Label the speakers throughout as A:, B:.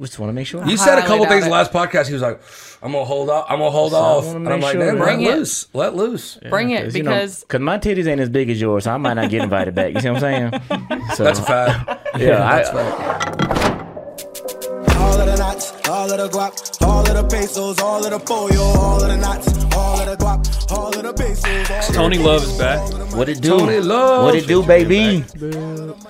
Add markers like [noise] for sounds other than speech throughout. A: Just want to make sure.
B: You said a
C: highly
B: couple
C: doubt
B: things
C: it.
B: last podcast. He was like, "I'm gonna hold off. I'm gonna hold off,"
A: wanna
B: and I'm
A: make
B: like,
A: sure
B: "Man,
A: that-
B: let
C: Bring it.
B: loose.
A: [laughs]
B: Let loose."
C: Bring it
A: you know,
C: because
A: 'cause my titties ain't as big as yours, so I might not get invited back. You see what I'm
B: [laughs]
A: saying? So,
B: That's a fact.
A: Yeah, I-
B: that's a fact.
D: All of the knots, all of the guap, all of the pesos, all of the pollo, all of the knots, all of the guap, all of the pesos. All
E: Tony
D: of the
E: Love is back.
A: what it do?
B: Tony Love.
A: What it do, baby?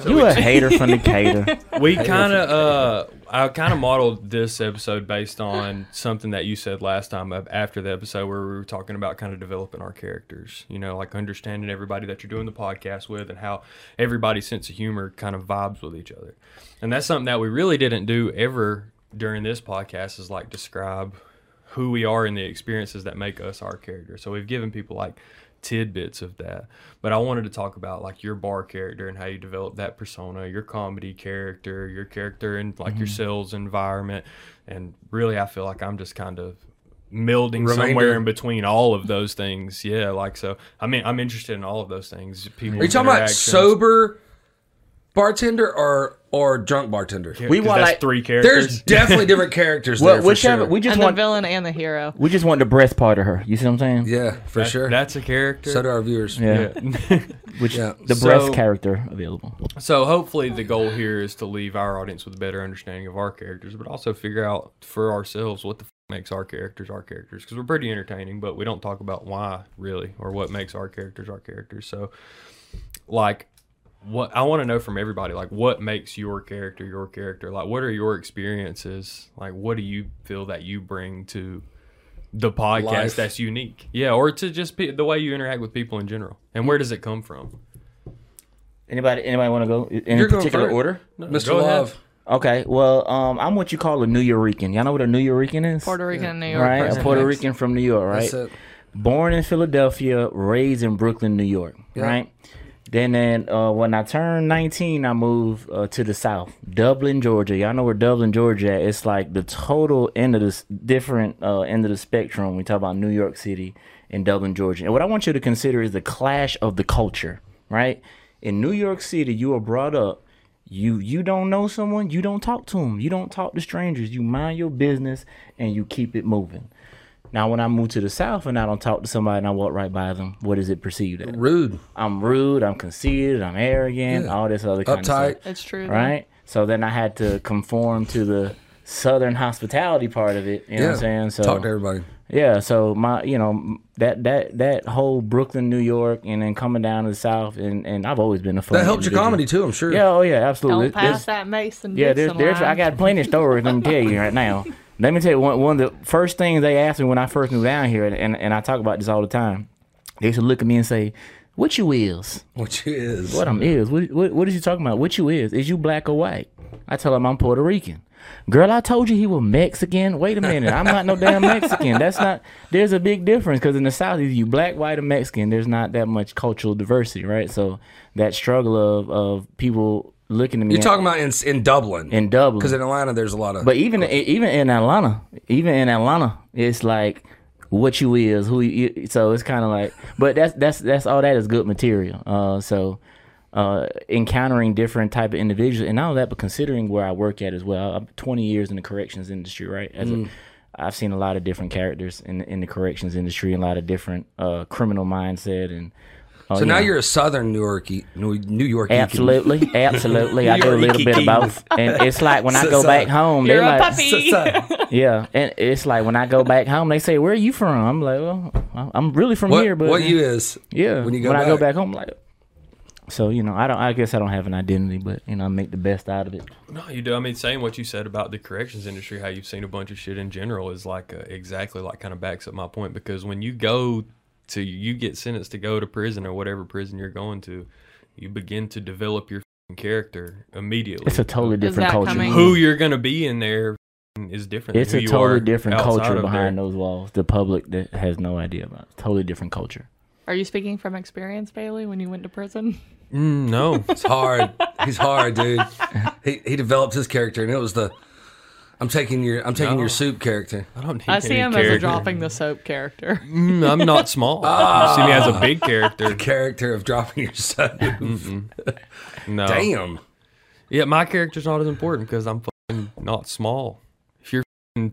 A: You a hater from the
B: [laughs]
A: cater.
E: We kind of, uh, I kind of modeled this episode based on something that you said last time of- after the episode where we were talking about kind of developing our characters. You know, like understanding everybody that you're doing the podcast with and how everybody's sense of humor kind of vibes with each other. And that's something that we really didn't do ever during this podcast is like describe who we are and the experiences that make us our character. So we've given people like tidbits of that. But I wanted to talk about like your bar character and how you develop that persona, your comedy character, your character and like your
B: Mm-hmm.
E: sales environment. And really I feel like I'm just kind of melding somewhere
B: Remainder.
E: in between all of those things. Yeah, like so I mean I'm interested in all of those things. People
B: Are you talking about sober bartender or or drunk bartender?
A: We want like
E: three
B: There's
E: characters.
B: definitely
A: [laughs]
B: different characters
A: Well,
B: there for
A: whichever.
B: sure.
A: We just
C: and the
A: want.
C: villain and the hero.
A: we just want the breast part of her. You see what I'm saying?
B: yeah, for sure.
E: That's a character.
B: so do our viewers.
A: Yeah.
E: yeah.
A: [laughs] Which
B: Yeah.
A: the
E: So-
A: breast character available.
E: So hopefully the goal here is to leave our audience with a better understanding of our characters, but also figure out for ourselves what the f- makes our characters our characters because we're pretty entertaining, but we don't talk about why really or what makes our characters our characters. So like what I want to know from everybody, like what makes your character your character? Like what are your experiences? Like what do you feel that you bring to the podcast
B: Life.
E: that's unique? Yeah, or to just pe- the way you interact with people in general. And where does it come from?
A: Anybody? Anybody want to go in
B: You're
A: any
B: going
A: particular
B: first.
A: order?
B: Mr.
E: Go ahead.
B: Love.
A: Okay. Well, um, I'm what you call a New Yorican. Y'all know what a New Yorican is?
C: Puerto Rican and New York.
A: right,
C: person.
A: a Puerto
B: Thanks.
A: Rican from New York. Right.
B: That's it.
A: born in Philadelphia, raised in Brooklyn, New York,
B: Yeah.
A: right? Then, then uh, when I turned 19, I moved uh, to the South, Dublin, Georgia. Y'all know where Dublin, Georgia. at. It's like the total end of this different uh, end of the spectrum. We talk about New York City and Dublin, Georgia. And what I want you to consider is the clash of the culture, right? In New York City, you are brought up you you don't know someone, you don't talk to them. You don't talk to strangers. You mind your business and you keep it moving. Now, when I move to the South and I don't talk to somebody and I walk right by them, what is it perceived as?
B: Rude.
A: I'm rude, I'm conceited, I'm arrogant,
B: Yeah.
A: all this other kind
B: Uptight.
A: of stuff.
C: It's true. though.
A: Right? So then I had to conform to the Southern hospitality part of it. You know
B: Yeah.
A: what I'm saying? So
B: Talk to everybody.
A: yeah, so my you know m- that that that whole Brooklyn, New York, and then coming down to the South, and and I've always been a fun.
B: That helps your
A: individual.
B: comedy too, I'm sure.
A: Yeah, oh yeah, absolutely.
C: Don't pass
A: There's-
C: that Mason.
A: yeah, there's,
C: Dixon
A: there's, I
C: line.
A: got plenty of stories. let me tell you right
C: [laughs]
A: now. Let me tell you one, one of the first things they asked me when I first moved down here, and, and, and I talk about this all the time. They used to look at me and say, "What you is?
B: Which is
A: What I'm is? What, what what is you talking about? What you is? Is you black or white?" I tell them I'm Puerto Rican. Girl, I told you he was Mexican. Wait a minute, I'm not no damn Mexican. That's not. There's a big difference because in the South, either you black, white, or Mexican. There's not that much cultural diversity, right? So that struggle of of people looking at me
B: you're talking about in, in Dublin.
A: in Dublin
B: Because in Atlanta, there's a lot of.
A: but even e, even in Atlanta, even in Atlanta, it's like what you is who you. So it's kind of like, but that's that's that's all that is good material. Uh, so uh, encountering different type of individuals and all that, but considering where I work at as well, I'm 20 years in the corrections industry, right? As
B: Mm.
A: a, I've seen a lot of different characters in the, in the corrections industry, and a lot of different uh, criminal mindset and. uh,
B: so
A: you
B: now
A: know.
B: you're a Southern New Yorkie, New, New Yorkie. [laughs]
A: Absolutely, absolutely. I do a little bit of both, and it's like when I
B: [laughs] So
A: go
B: sorry.
A: back home,
C: You're
A: they're
C: a
A: like,
C: puppy.
A: [laughs] yeah, and it's like when I go back home, they say, "Where are you from?" I'm like, "Well, I'm really from
B: What,
A: here, but
B: what you is?
A: yeah."
B: When you go
A: when
B: back.
A: I go back home, like, so you know, I don't. I guess I don't have an identity, but you know, I make the best out of it.
E: No, you do. I mean, saying what you said about the corrections industry, how you've seen a bunch of shit in general, is like uh, exactly like kind of backs up my point because when you go to you get sentenced to go to prison or whatever prison you're going to, you begin to develop your f***ing character immediately.
A: It's a totally
C: Is
A: different
C: that
A: culture.
C: coming-
E: who you're gonna be in there f***ing is different. than
A: It's
E: who
A: a
E: you
A: totally
E: are
A: different
E: outside
A: culture
E: of
A: behind
E: there.
A: those walls. The public that has no idea about. It. Totally different culture.
C: Are you speaking from experience, Bailey, when you went to prison?
E: Mm,
A: [laughs]
E: no,
B: It's hard. He's hard,
E: [laughs]
B: dude. He he developed his character, and it was the I'm taking your I'm taking
E: No.
B: your soup character.
E: I don't need
C: I see
E: any
C: him as a
E: character.
C: dropping the soap character. [laughs]
E: Mm, I'm not small.
A: Ah.
E: You see me as a
A: [laughs]
E: big character.
B: Character of dropping your soup.
E: [laughs] No.
B: Damn.
E: Yeah, my character's not as important because I'm fucking not small. If you're f***ing
C: you're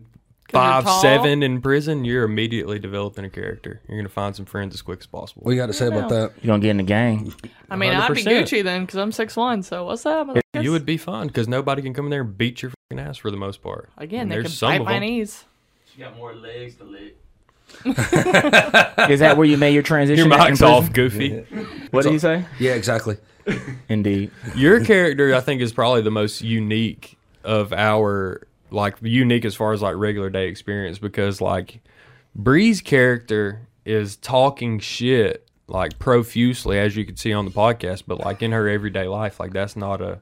E: five
C: tall?
E: seven in prison, you're immediately developing a character. You're gonna find some friends as quick as possible.
B: What you got to say about that?
A: You gonna get in the game?
C: I mean, i would be
E: 100%.
C: Gucci then because I'm six one. So what's up?
E: you would be fine because nobody can come in there and beat your fucking ass for the most part.
C: again.
E: And
C: They
E: there's
C: can
E: some
C: bite
E: of
C: my
E: them-
C: knees.
F: She got more legs to lick.
A: Is that where you
E: [laughs]
A: made your transition?
E: Your
A: at in
E: mic's
A: prison?
E: off, Goofy.
A: [laughs] What did you say?
B: Yeah, exactly.
A: Indeed.
E: Your character, I think, is probably the most unique of our like unique as far as like regular day experience because like Bree's character is talking shit like profusely as you can see on the podcast, but like in her everyday life, like that's not a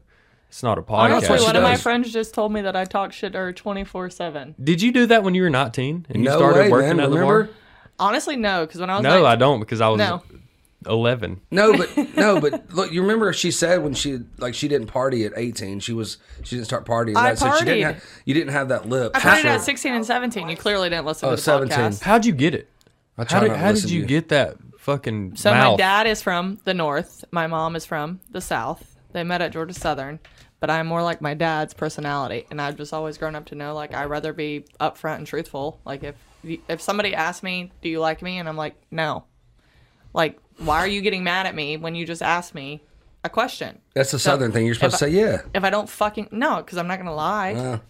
E: it's not a podcast.
C: Honestly,
B: she
C: one of my
B: does.
C: friends just told me that I talk shit to her twenty four seven.
E: Did you do that when you were 19 and you
B: No
E: started
B: way,
E: working
B: man.
E: at the
B: Remember?
E: bar?
C: Honestly, no, because when I was
E: No, I
C: like,
E: don't because I was
C: No.
E: 11.
B: No,
E: [laughs]
B: but no, but look, you remember she said when she like she didn't party at eighteen. She was she didn't start partying.
C: I
B: that, so she
C: partied.
B: didn't have, you didn't have that lip.
C: I started at sixteen and seventeen. You clearly didn't listen
B: Oh,
C: to the
B: 17.
C: podcast.
E: How'd you get it?
B: I try
E: How did,
B: not to
E: how did
B: listen to
E: you get that fucking
C: So
E: mouth?
C: my dad is from the north. My mom is from the south. They met at Georgia Southern, but I'm more like my dad's personality, and I've just always grown up to know like I'd rather be upfront and truthful. Like if if somebody asks me, "Do you like me?" and I'm like, "No," like why are you getting mad at me when you just asked me a question?
B: That's the southern thing. You're supposed to
C: I-
B: say yeah.
C: If I don't fucking no, because I'm not gonna lie.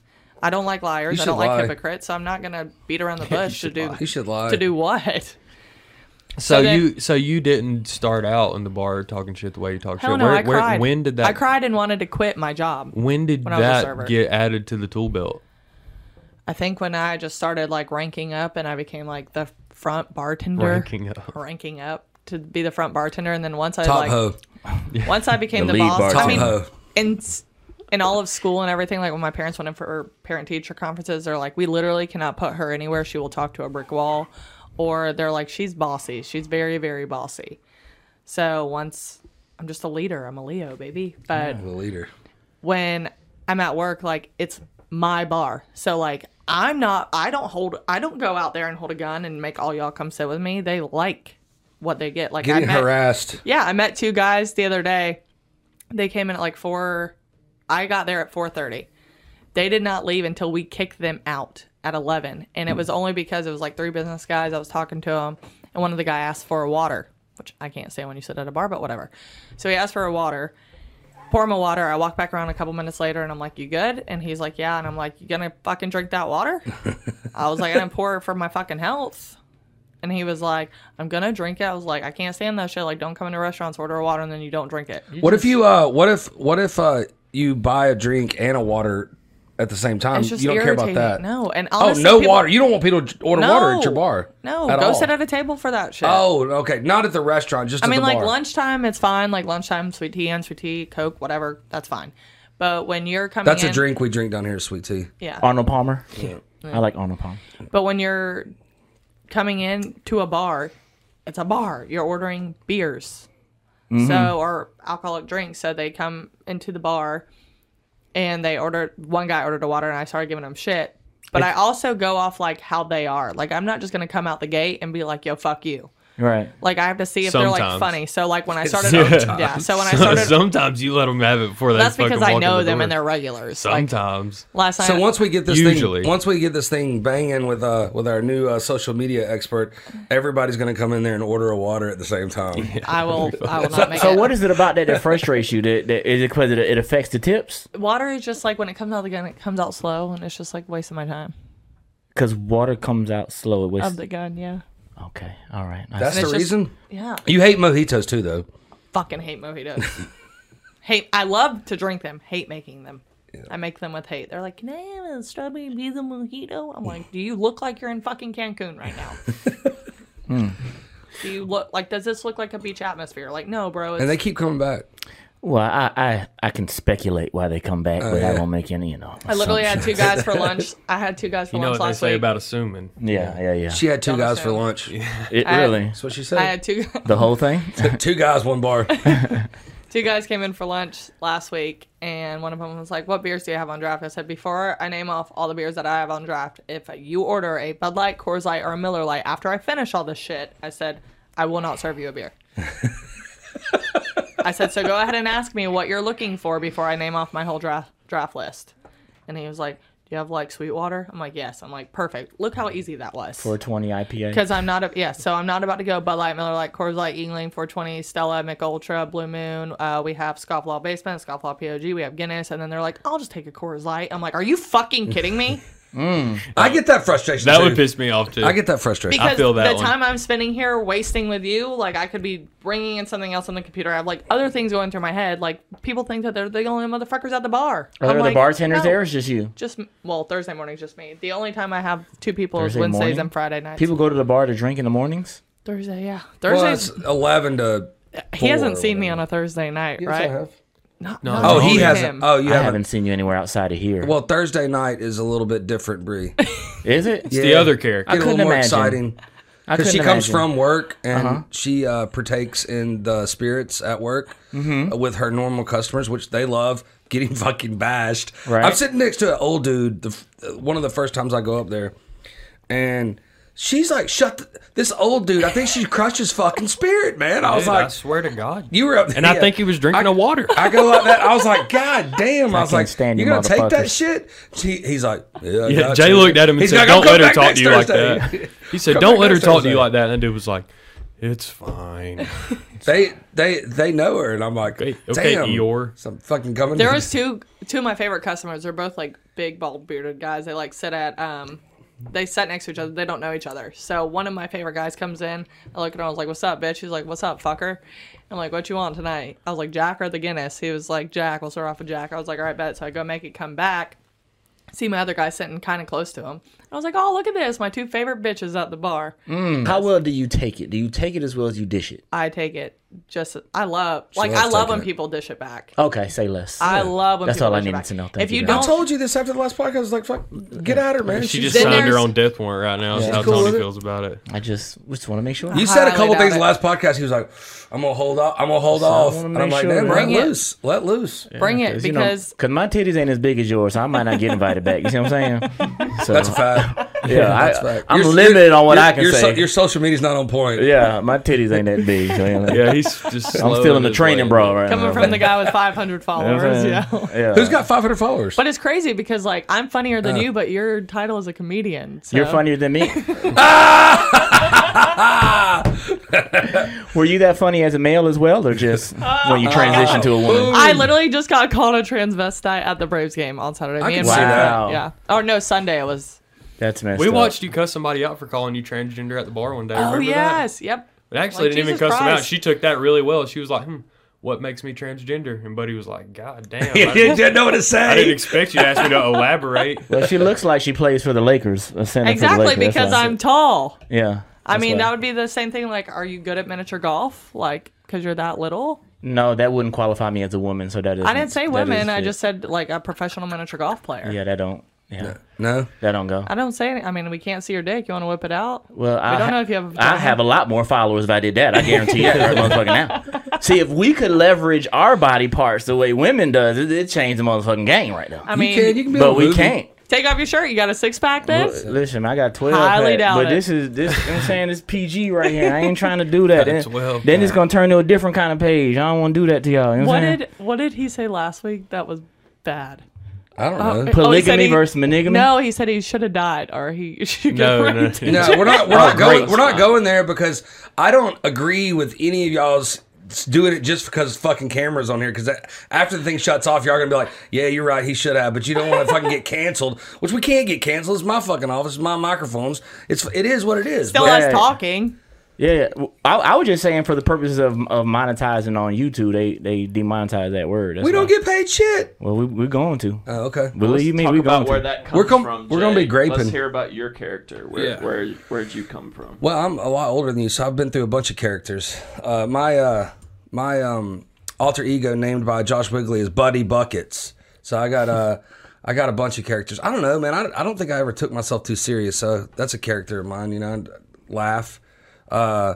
C: I don't like liars.
B: You
C: I
B: should
C: don't
B: lie.
C: like hypocrites. So I'm not gonna beat around
E: [laughs]
C: the bush to
E: should
C: do
E: lie.
B: You should lie.
C: to do what.
E: So,
C: So then-
E: you so you didn't start out in the bar talking shit the way you talk
C: Hell
E: shit.
C: no,
E: where,
C: I
E: where-
C: cried.
E: When did that?
C: I cried and wanted to quit my job.
E: When did
C: when I was a
E: that
C: server.
E: get added to the tool belt? [laughs]
C: I think when I just started like ranking up and I became like the front bartender,
E: Ranking up.
C: ranking up to be the front bartender, and then once I
B: Top
C: like
B: hoe,
C: once I became
A: The
C: the,
A: lead
C: boss,
B: top
C: I mean,
B: hoe.
C: in s- in all of school and everything, like when my parents went in for parent teacher conferences, they're like, we literally cannot put her anywhere; she will talk to a brick wall, or they're like, she's bossy, she's very very bossy. So once I'm just a leader, I'm a Leo baby, but
B: The leader.
C: when I'm at work, like it's my bar. So like I'm not I don't hold I don't go out there and hold a gun and make all y'all come sit with me. They like what they get. Like
B: Getting
C: I met,
B: harassed.
C: Yeah, I met two guys the other day. They came in at like four I got there at four thirty. They did not leave until we kicked them out at eleven. And it was only because it was like three business guys. I was talking to them and one of the guy asked for a water, which I can't say when you sit at a bar, but whatever. So he asked for a water pour him a water. I walk back around a couple minutes later and I'm like, You good? And he's like, Yeah. And I'm like, You gonna fucking drink that water? I was like, I didn't pour it for my fucking health. And he was like, I'm gonna drink it. I was like, I can't stand that shit. Like, don't come into restaurants, order a water, and then you don't drink it.
B: What if you uh what if what if uh you buy a drink and a water at the same time?
C: It's just
B: you don't
C: irritating.
B: care about that.
C: No. And
B: Oh,
C: honestly,
B: no
C: people-
B: water. You don't want people to order water at your
C: No.
B: bar.
C: No,
B: at
C: go
B: all.
C: sit at a table for that shit.
B: Oh, okay. Not at the restaurant, just
C: I
B: at
C: mean,
B: the
C: like
B: bar.
C: lunchtime, it's fine. Like lunchtime, sweet tea and sweet tea, Coke, whatever, that's fine. But when you're coming
B: That's a
C: in-
B: drink we drink down here, sweet tea.
C: Yeah.
A: Arnold Palmer. I like Arnold Palmer.
C: But when you're coming in to a bar, it's a bar. You're ordering beers,
E: Mm-hmm.
C: so or alcoholic drinks. So they come into the bar, and they order. One guy ordered a water, and I started giving him shit. But I also go off like how they are. Like I'm not just gonna come out the gate and be like, "Yo, fuck you."
A: Right.
C: Like I have to see if they're
E: Sometimes.
C: like funny. So like when I
E: [laughs]
C: started,
E: Sometimes.
C: yeah. So when I started,
E: Sometimes you let them have it before they.
C: that's
E: fucking
C: because I
E: walk in
C: know
E: the
C: them
E: door.
C: and they're regulars. Like
E: Sometimes.
C: last night,
B: So once we get this
E: Usually.
B: thing, once we get this thing banging with uh with our new uh, social media expert, everybody's gonna come in there and order a water at the same time.
C: I will, I
E: [laughs]
C: will not make
A: So
C: it.
A: what is it about that that frustrates you? That, that is it because it, it affects the tips?
C: water is just like when it comes out of the gun, it comes out slow, and it's just like wasting my time
A: Because water comes out slow. It
C: of
A: was,
C: the gun. Yeah,
A: okay. All right. I
B: That's
A: see.
B: the
C: it's just-
B: reason.
C: yeah.
B: You hate mojitos too, though.
C: Fucking hate mojitos. hate. I love to drink them. Hate making them. I make them with hate. They're like, "Can I have a strawberry pizza mojito?" I'm like, "Do you look like you're in fucking Cancun right now?"
E: Hmm.
C: Do you look like? Does this look like a beach atmosphere? Like, no, bro. It's,
B: And they keep coming back.
A: well, I, I I can speculate why they come
B: Oh,
A: back, but I won't make any. You know.
C: I literally had two guys for lunch. I had two guys for
E: You know
C: lunch
E: what they
C: last
E: say
C: week.
E: about assuming.
A: Yeah, yeah, yeah.
B: She had two
C: Don't
B: guys for
C: assume.
B: lunch.
A: It
C: I-
A: really
B: That's what she
C: I
B: said.
C: had two.
A: the whole thing.
B: two guys, one bar.
C: two guys came in for lunch last week, and one of them was like, "What beers do you have on draft?" I said, "Before I name off all the beers that I have on draft, if you order a Bud Light, Coors Light, or a Miller Light after I finish all this shit," I said, "I will not serve you a beer." I said, "So go ahead and ask me what you're looking for before I name off my whole draft draft list." And he was like, you have like Sweetwater? I'm like, yes. I'm like, perfect. Look how easy that was.
A: 420 IPA.
C: Because I'm not, a, yeah, so I'm not about to go Bud Light, Miller Lite, Coors Light, Yingling, 420, Stella, Mick Ultra, Blue Moon. Uh, we have Scofflaw Basement, Scofflaw POG, we have Guinness, and then they're like, I'll just take a Coors Light. I'm like, are you fucking
B: [laughs]
C: kidding me?
B: I get that frustration.
E: That
B: too.
E: would piss me off too.
B: I get that frustration.
C: Because
E: feel that
C: the
E: one.
C: time I'm spending here wasting with you, like I could be bringing in something else on the computer. I have like other things going through my head. Like people think that they're the only motherfuckers at the bar.
A: Are
C: I'm
A: there
C: like,
A: the bartenders
C: no.
A: there or is just you?
C: Just well, Thursday morning's just me. The only time I have two people
A: Thursday
C: is Wednesdays
A: morning?
C: and Friday nights.
A: People go to the bar to drink in the mornings?
C: Thursday, yeah,
B: well, it's
C: Thursdays.
B: eleven to.
C: he hasn't
B: four or
C: seen me
B: whatever.
C: on a Thursday night,
B: Yes, I
C: right?
B: have.
C: No,
E: No,
C: not
B: Oh,
E: Only
B: he
C: him.
B: hasn't. Oh, you
A: I
B: haven't.
A: haven't seen you anywhere outside of here. Is
B: Well, Thursday night is a little bit different, Bree. Get
A: it?
E: the
B: Yeah.
E: other character.
A: I
B: a little
A: couldn't
B: more
A: imagine.
B: exciting.
A: I
B: Because she
A: couldn't
B: comes
A: imagine. Uh-huh.
B: from work and she uh, partakes in the spirits at work
A: Mm-hmm.
B: uh, with her normal customers, which they love getting [laughs] fucking bashed.
A: Right.
B: I'm sitting next to an old dude. The, f- uh, one of the first times I go up there, and she's like, "Shut the, this old dude." I think she crushed his fucking spirit, man. I was
E: Dude, I
B: like,
E: swear to God.
B: "You were up," there.
E: and I think he was drinking a water.
B: I go like that. I was like, "God
A: [laughs]
B: damn!" I, was
A: can't
B: like,
A: stand
B: "You
A: you
B: gonna take that
A: motherfuckers."
B: shit?" She, he's like, "Yeah." I
E: Yeah,
B: got
E: Jay
B: you."
E: looked at him and
B: He's
E: said,
B: like, "I'll come
E: "Don't let her
B: back
E: talk
B: next
E: to you like
B: Thursday." [laughs]
E: that." He said,
B: Come
E: "Don't
B: back
E: let her
B: next
E: talk to you
B: Thursday."
E: like that." And that dude was like, "It's fine."
B: They they they know her, and I'm like,
E: Okay, okay,
B: damn,
E: Eeyore.
B: some fucking coming.
C: There was two two of my favorite customers. They're both like big, bald, bearded guys. They like sit at um, they sat next to each other. They don't know each other. So one of my favorite guys comes in. I look at her. I was like, "What's up, bitch?" He's like, "What's up, fucker?" I'm like, "What you want tonight?" I was like, "Jack or the Guinness?" He was like, "Jack." We'll start off with Jack. I was like, "All right, bet." So I go make it come back. See my other guy sitting kind of close to him. I was like, "Oh, look at this! My two favorite bitches at the bar."
A: How well do you take it? Do you take it as well as you dish it?
C: I take it. Just I love like I
B: loves
C: love when
B: taking it.
C: people dish it back.
A: Okay, say less.
C: I love when
A: That's
C: people
A: all I
C: dish it
A: needed
C: back.
A: to know. Thank
C: If
A: you,
C: you
A: guys.
B: I
C: don't,
B: told you this after the last podcast. I was like, "Fuck, get at her, man."
E: She
B: She's
E: just
C: Then
E: signed her
C: there's-
E: own death warrant right now. Is how
B: cool
E: Tony
B: with it.
E: feels
B: [laughs]
E: about it.
A: I just just want to make sure.
B: You said a
C: highly
B: couple
C: doubt
B: things
C: it.
B: last podcast. He was like, "I'm gonna hold off. I'm gonna hold
A: I
B: off."
A: wanna
B: And I'm
A: make
B: like,
A: sure
B: "Man,
A: that-
B: let
C: Bring it.
B: loose. Let loose."
C: bring it
A: you know,
C: because
A: my titties ain't as big as yours, so I might not get invited back. You see what I'm
C: [laughs]
A: saying? So,
B: That's
A: [laughs]
B: a fact.
A: yeah,
B: That's a
A: I,
B: fact.
A: I'm
B: Your-
A: limited
B: your-
A: on what
B: your-
A: I can
B: your
A: say.
B: so- your social media's not on point.
A: yeah, my titties ain't that big. So, you know,
E: Yeah, he's just.
A: I'm still in the training bra right
C: Coming
A: now.
C: from
A: [laughs]
C: the guy with 500 followers, yeah.
A: yeah.
B: Who's got 500 followers?
C: But it's crazy because like I'm funnier than you, but your title is a comedian.
A: Uh.
C: So.
A: You're funnier
C: [laughs]
A: than me. Were you that funny as a male as well, or
C: [laughs]
A: just when you transition to a woman?
C: I literally just got called a transvestite at the Braves game on Saturday. Me
B: can
C: and
B: see
C: my
B: that.
C: friend- Yeah. Oh no, Sunday it was.
A: That's messed
E: We
A: up.
E: watched you cuss somebody out for calling you transgender at the bar one day.
C: Oh
E: Remember that?
C: yes. Yep.
E: It actually
C: Like,
E: didn't even
C: Jesus
E: cuss him out.
C: Christ.
E: She took that really well. She was like, hmm, what makes me transgender? And Buddy was like,
B: [laughs]
E: God damn. I,
B: [laughs] you didn't know what to
E: I didn't
B: say.
E: expect you to ask me
B: [laughs]
E: to elaborate.
A: Well, she looks like she plays for the Lakers. a center for
C: Exactly
A: the Lakers. that's
C: because
A: why I
C: I'm
A: said-
C: tall.
A: yeah.
C: I mean, that
A: now
C: would be the same thing. Like, are you good at miniature golf? Like, because you're that little.
A: no, that wouldn't qualify me as a woman. So that is.
C: I didn't say women. I
A: it.
C: just said like a professional miniature golf player.
A: Yeah, that don't. Yeah,
B: No,
A: that don't go.
C: I don't say. Any, I mean, we can't see your dick. You want to whip it out?
A: Well, I ha-
C: don't know if you have a
A: I
C: vagina.
A: have a lot more followers if I did that. I guarantee you, right motherfucking now. See, if we could leverage our body parts the way women does, it, it changed the motherfucking game right now.
C: I
B: you
C: mean,
B: can. You can be on
A: but
B: a
A: we
B: movie.
A: can't.
C: take off your shirt. You got a six pack then.
A: L- Listen, I got twelve.
C: Highly
A: pack,
C: doubt
A: but
C: it.
A: this is this. I'm saying this PG right here. I ain't trying to do that. Then,
E: 12
A: then it's gonna turn to a different kind of page. I don't want to do that to y'all. You know what
C: What
A: I'm saying?
C: did what did he say last week that was bad?
B: I don't know.
C: Oh, he said
A: polygamy
C: he-
A: versus monogamy?
C: No, he said he should have died or he [laughs] should get
E: No,
C: no,
E: [laughs]
B: [laughs]
E: no.
B: No, we're not. We're not
A: Oh, great.
B: going. We're not going there because I don't agree with any of y'all's doing it just because fucking cameras on here. Because after the thing shuts off, y'all gonna be like, "Yeah, you're right. He should have." But you don't want to fucking get canceled, which we can't get canceled. It's my fucking office. It's my microphones. It's it is what it is.
C: Still
B: but-
A: Yeah.
C: us talking.
A: Yeah, yeah. Well, I, I was just saying for the purposes of of monetizing on YouTube, they they demonetize that word. That's
B: we don't
A: why.
B: get paid shit.
A: Well, we we're going to.
B: Oh, okay.
A: Believe me,
F: Talk
A: we going
F: about
A: to.
F: where that comes
B: We're com-
F: from.
B: we're gonna
F: Jay.
B: be graping.
F: Let's hear about your character. Where
E: Yeah.
F: where where'd you come from?
B: Well, I'm a lot older than you, so I've been through a bunch of characters. Uh, my uh, my um, alter ego named by Josh Wigley is Buddy Buckets. So I got uh, I got a bunch of characters. I don't know, man. I, I don't think I ever took myself too serious. So that's a character of mine. You know, I'd laugh. Uh,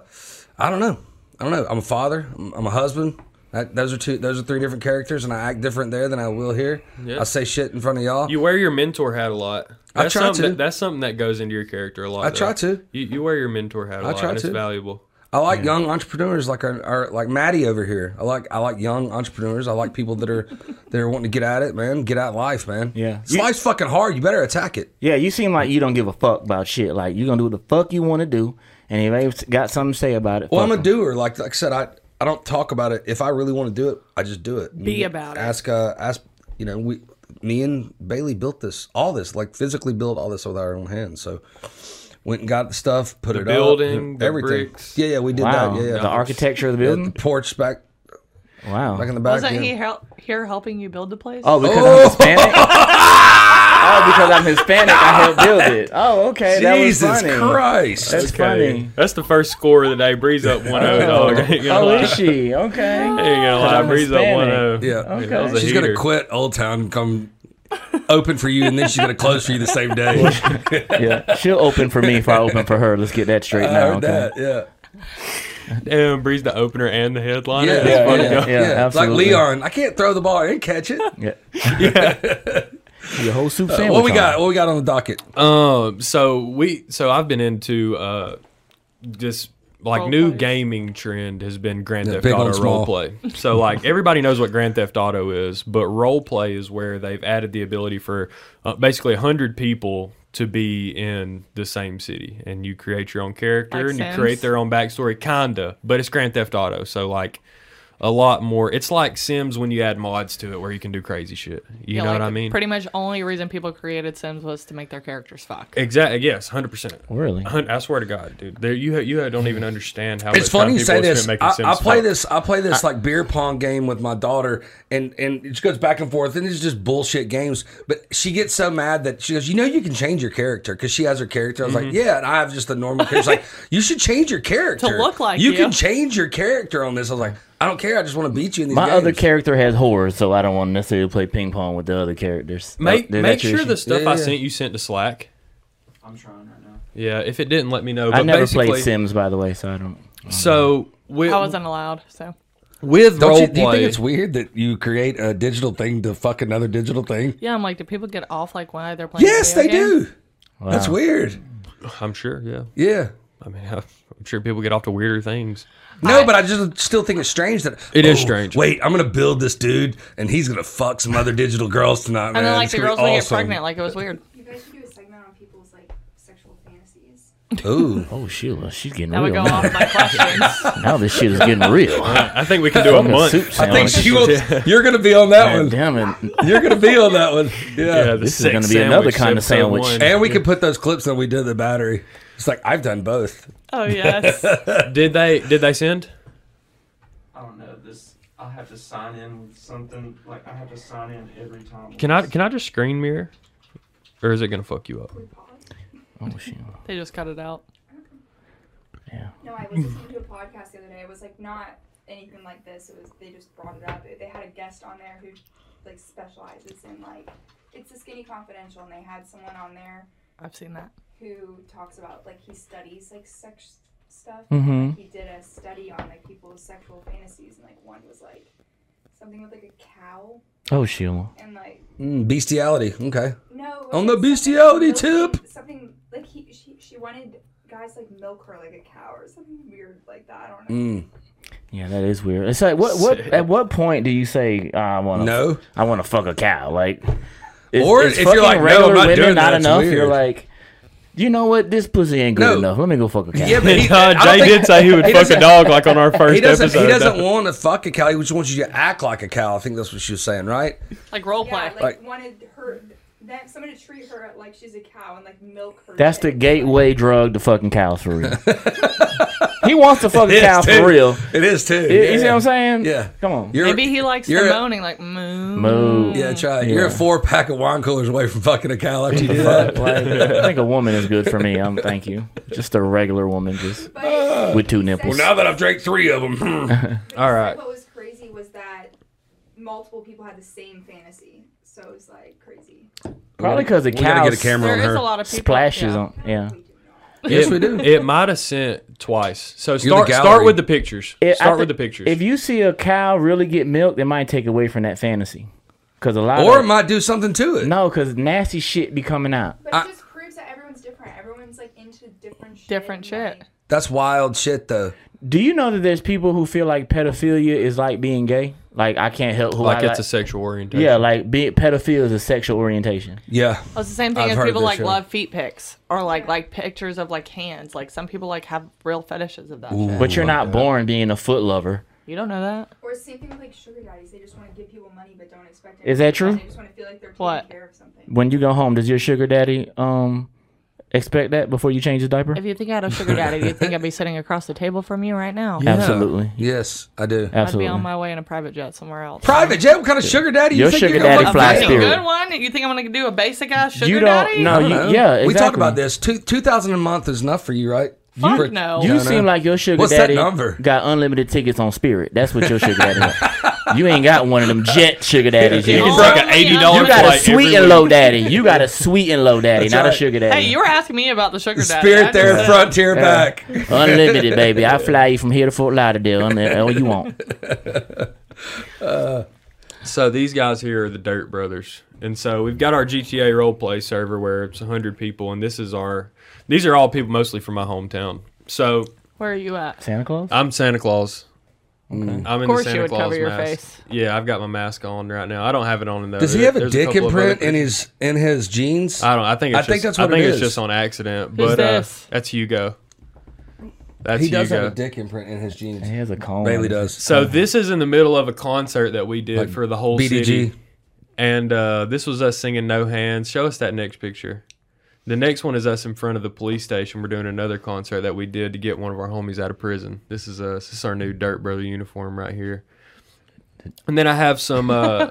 B: I don't know. I don't know. I'm a father. I'm, I'm a husband. That, those are two. Those are three different characters, and I act different there than I will here. I say shit in front of y'all.
E: You wear your mentor hat a lot.
B: I try
E: something
B: to.
E: That, that's something that goes into your character a lot.
B: I try
E: though.
B: to.
E: You, you wear your mentor hat a lot.
B: try
E: and It's
B: to.
E: valuable.
B: I like young entrepreneurs like our, our like Maddie over here. I like I like young entrepreneurs. I like people that are that are wanting to get at it, man. Get at life, man.
A: Yeah.
B: This life's fucking hard. You better attack it.
A: Yeah, you seem like you don't give a fuck about shit. Like you gonna do what the fuck you want to do, and if they've s- got something to say about it,
B: Well,
A: fuck
B: I'm a
A: 'em.
B: doer. Like like I said, I I don't talk about it. If I really want to do it, I just do it.
C: Be about it.
B: ask, uh, ask. You know, we, me and Bailey built this, all this, like physically built all this with our own hands. So went and got the stuff, put it
E: building,
B: up,
E: the
B: everything.
E: bricks.
B: Yeah, yeah, we did
A: Wow,
B: that. Yeah, yeah.
A: the architecture of the
B: Yeah,
A: building.
B: the porch back,
A: wow.
B: back in the back.
C: Wasn't
B: yeah.
C: he hel- here helping you build the place?
A: oh, because I'm
B: [laughs]
A: Hispanic. oh, because I'm Hispanic, I helped build it. Oh, okay, that was
B: Jesus
A: funny.
B: Christ!
A: That's funny.
E: That's the first score of the day. Breeze
B: [laughs]
E: up 1 0, dog. [laughs] Ain't gonna
A: Oh,
E: lie.
A: is she? Okay.
E: Ain't gonna lie.
A: I'm
E: Breeze up
A: Hispanic.
E: 1 0.
B: Yeah,
E: That was a
B: she's gonna
E: heater.
B: quit Old Town and come open for you, and then she's gonna close for you the same day.
A: Yeah, she'll open for me if I open for her. Let's get that straight
B: I
A: now.
B: heard
A: okay?
B: that. Yeah.
E: Damn, Breeze the opener and the headliner.
B: Yeah,
E: That's
B: yeah,
E: funny,
A: yeah.
E: dog.
B: It's like
A: absolutely.
B: Leon, I can't throw the ball and catch it.
A: Yeah.
B: [laughs]
A: Your whole soup sandwich.
B: Uh, What we
A: on.
B: got? What we got on the docket?
E: Um, so we, so I've been into uh, just like
C: Role
E: new
C: plays.
E: gaming trend has been Grand
B: Yeah,
E: Theft
B: big on
E: Auto
B: small.
E: role play.
B: [laughs]
E: So like everybody knows what Grand Theft Auto is, but role play is where they've added the ability for uh, basically hundred people to be in the same city, and you create your own character
C: Like
E: and
C: Sims?
E: you create their own backstory, kinda. But it's Grand Theft Auto, so like. A lot more. It's like Sims when you add mods to it, where you can do crazy shit. You
C: Yeah,
E: know
C: like,
E: what I mean?
C: Pretty much only reason people created Sims was to make their characters fuck.
E: Exactly. Yes, hundred percent.
A: Really?
E: I swear to God, dude. There, you you don't even understand how.
B: It's
E: much time
B: funny you
E: people
B: say
E: have spent
B: this. I,
E: making
B: I
E: Sims
B: play
E: fun.
B: this. I play this like beer pong game with my daughter, and and it just goes back and forth, and it's just bullshit games. But she gets so mad that she goes, "You know, you can change your character because she has her character." I was like, "Yeah," and I have just a normal character. She's like, "You should change your character
C: look like
B: you,
C: you."
B: can change your character on this." I was like, "I don't care. I just want to beat you in these
A: My
B: games."
A: other character has horror, so I don't want to necessarily play ping pong with the other characters.
E: Make
A: Oh, is that
E: make
A: your
E: sure
A: issue?
E: the stuff
B: Yeah,
E: I
B: yeah.
E: sent you sent to Slack.
F: I'm trying right now.
E: Yeah, if it didn't, let me know.
A: I
E: But
A: never
E: basically,
A: played Sims, by the way, so I don't.
E: So with
C: I wasn't allowed, so
E: with
B: Don't
E: role
B: you, do you
E: play,
B: think it's weird that you create a digital thing to fuck another digital thing?
C: yeah. I'm like, do people get off like why they're playing? a
B: Yes, they
C: video game?
B: do. That's weird.
E: I'm sure. Yeah,
B: Yeah.
E: I mean, [laughs] I'm sure people get off to weirder things.
B: No, but I just still think it's strange that
E: It
B: it
E: is
B: is
E: strange.
B: Wait, I'm gonna build this dude, and he's gonna fuck some other digital girls tonight, man.
C: And then like
B: It's
C: the
B: gonna be
C: girls will get
B: awesome.
C: pregnant. Like it was weird.
G: You guys should do a segment on people's like sexual fantasies.
B: Ooh,
A: Oh, Sheila, she's getting
C: That would
A: real.
C: go
A: Now.
C: off my
E: [laughs]
C: questions.
A: Now this shit is getting
B: [laughs]
A: real.
E: I
A: [laughs]
E: think we can do a
A: Fucking
E: month.
A: soup
B: I think
A: sandwich.
B: she will. [laughs] You're gonna be on that
A: God
B: one.
A: damn it!
B: You're gonna be on that
E: [laughs]
B: one. Yeah.
E: [laughs] Yeah, the
A: This is
E: sex
A: gonna be another
E: sandwich,
A: kind of
E: episode
A: sandwich.
E: one.
B: And we can put those clips that we did the battery. It's like I've done both.
C: oh
E: [laughs]
C: yes.
E: Did they did they send?
F: I don't know this. I have to sign in with something. Like I have to sign in every time.
E: Can I can I just screen mirror, or is it gonna fuck you up?
A: Oh, Sheila.
C: they just cut it out.
G: No, I was listening to a podcast the other day. It was like not anything like this. It was they just brought it up. They had a guest on there who like specializes in like it's the skinny confidential, and they had someone on there
C: I've seen that.
G: who talks about like he studies like sex stuff. and, like, he did a study on like people's sexual fantasies, and like one was like something with like a cow
A: Oh, Sheila.
G: and like
B: Mm, bestiality. Okay.
G: No. it
B: On the
G: wasn't something
B: bestiality
G: milking-
B: tip.
G: Something like he, she, she wanted guys like milk her like a cow or something weird like that. I don't know.
B: Mm,
A: Yeah, that is weird. It's like what what
E: Sick.
A: at what point do you say "Ah, I want to?
B: No.
A: I want to fuck a cow. Like, is,
B: Or
A: is
B: if
A: fucking
B: you're like, no,
A: regular
B: I'm not
A: women
B: doing
A: not
B: that, it's
A: enough. You're
B: weird.
A: like, you know what? This pussy ain't good
B: No.
A: enough. Let me go fuck a cow.
B: Yeah,
E: [laughs]
B: but he, I
E: Uh,
B: don't
E: Jay
B: think-
E: did say he would
B: he
E: fuck a
B: doesn't-
E: dog like on our first
B: He doesn't.
E: episode.
B: He doesn't
E: though.
B: want to fuck a cow. He just wants you to act like a cow. I think that's what she was saying, right?
C: Like role
G: Yeah,
C: play.
G: like,
B: Like-
G: wanted her that someone to treat her like she's a cow and like milk her.
A: That's the
G: dick.
A: gateway drug to fucking cows for
B: [laughs]
A: real. he wants to fuck a
B: It is,
A: cow for
B: too.
A: real.
B: It is too.
A: You-
B: Yeah.
A: You see what I'm saying?
B: Yeah.
A: Come on.
B: You're-
C: Maybe he likes the
B: you're a-
C: moaning, like moo.
A: Move.
B: Yeah, that's right. You're a
A: Yeah.
B: four pack of wine coolers away from fucking a cow after you do
A: [laughs]
B: that.
A: Like, I think a woman is good for me. I'm thank you. Just a regular woman, just
G: But
B: Ah!
G: well,
A: with two nipples.
B: Now that I've drank three of hmm.
A: [laughs]
B: them,
E: All right.
G: What was crazy was that multiple people had the same fantasy, so it was like crazy.
A: Probably because a
B: we gotta
A: cow
B: get a camera on
C: There is
B: her.
C: a lot of people.
A: splashes
C: yeah.
A: on. Yeah.
G: We do not.
B: Yes,
E: it,
B: we do.
E: It might have sent twice. So start
B: gallery.
E: start with the pictures.
A: It- I
E: start with the
A: think-
E: pictures.
A: If you see a cow really get milked, it might take away from that fantasy. Because a lot
B: or it
A: of
B: might do something to it.
A: no, because nasty shit be coming out.
G: But
B: I-
G: it just proves that everyone's different. Everyone's like into different shit.
C: Different
G: and,
C: shit.
G: like,
B: That's wild shit, though.
A: Do you know that there's people who feel like pedophilia is like being gay? Like I can't help who
E: Like
A: I
E: it's
A: like.
E: a sexual orientation.
A: yeah, like being pedophilia is a sexual orientation.
B: Yeah.
C: Well, it's the same thing
B: I've
C: as
B: heard
C: people
B: this,
C: like
B: yeah.
C: love feet pics or like like pictures of like hands. Like some people like have real fetishes of that. Shit.
A: But you're not born being a foot lover.
C: You don't know that?
G: Or same thing with like sugar daddies. They just want to give people money but don't expect it.
A: Is that true?
G: They just want to feel like they're taking
C: What?
G: care of something.
A: When you go home, does your sugar daddy um expect that before you change his diaper?
C: If you think I had a sugar daddy, you think I'd be sitting across the table from you right now.
B: [laughs] Yeah.
A: Absolutely.
B: Yes, I do.
C: I'd be
A: Absolutely.
C: on my way in a private jet somewhere else.
B: Private jet? What kind of sugar daddy you
A: Your
B: think
A: sugar
B: you're
A: daddy
B: fucking
A: fly
B: with?
C: a
A: spirit.
C: good one? You think I'm gonna do a basic ass sugar
A: You
C: daddy?
A: don't. No. You,
B: I don't know.
A: yeah. Exactly.
B: We talk about this. Two two thousand a month is enough for you, right?
C: Fuck no.
A: You
B: No, no.
A: seem like your sugar
B: What's that
A: daddy
B: number?
A: got unlimited tickets on Spirit. That's what your sugar daddy got. You ain't got one of them jet sugar daddies yet.
E: It's
C: Oh,
E: like an
C: yeah.
E: eighty
A: You
E: dollar
A: got a
E: flight
A: sweet
E: every
A: and
E: week.
A: low daddy. You got a sweet and low daddy, not a
B: right.
A: sugar daddy.
C: [laughs] Hey, you were asking me about the sugar daddy. I
B: Spirit
C: just
B: there,
C: said-
B: frontier back.
A: Unlimited, baby. I fly you from here to Fort Lauderdale. I'm there, all you want.
E: So these guys here are the Dirt Brothers, and so we've got our GTA roleplay server where it's hundred people, and this is our. These are all people mostly from my hometown. So
C: Where are you at? [laughs]
A: Santa Claus.
E: I'm Santa Claus. I'm in
C: course
E: the
C: you
E: Santa
C: would
E: Claus
C: cover your
E: mask.
C: face.
E: Yeah, I've got my mask on right now. I don't have it on though.
B: Does he
E: There-
B: have a
E: there's
B: dick
E: couple of other
B: imprint in
E: pictures.
B: his in his jeans?
E: I don't. I think. It's
B: I
E: just,
B: think that's what
E: I think
B: it
E: it's
B: is.
E: just on accident.
C: Who's
E: But
C: this?
E: Uh, that's Hugo. That's
B: he does
E: Hugo.
B: have a dick imprint in his jeans.
A: He has a cone.
B: Bailey does.
E: So this is in the middle of a concert that we did for the whole
B: BDG.
E: city, and uh, this was us singing "No Hands." Show us that next picture. The next one is us in front of the police station. We're doing another concert that we did to get one of our homies out of prison. This is uh, this is our new Dirt Brother uniform right here. And then I have some. Uh,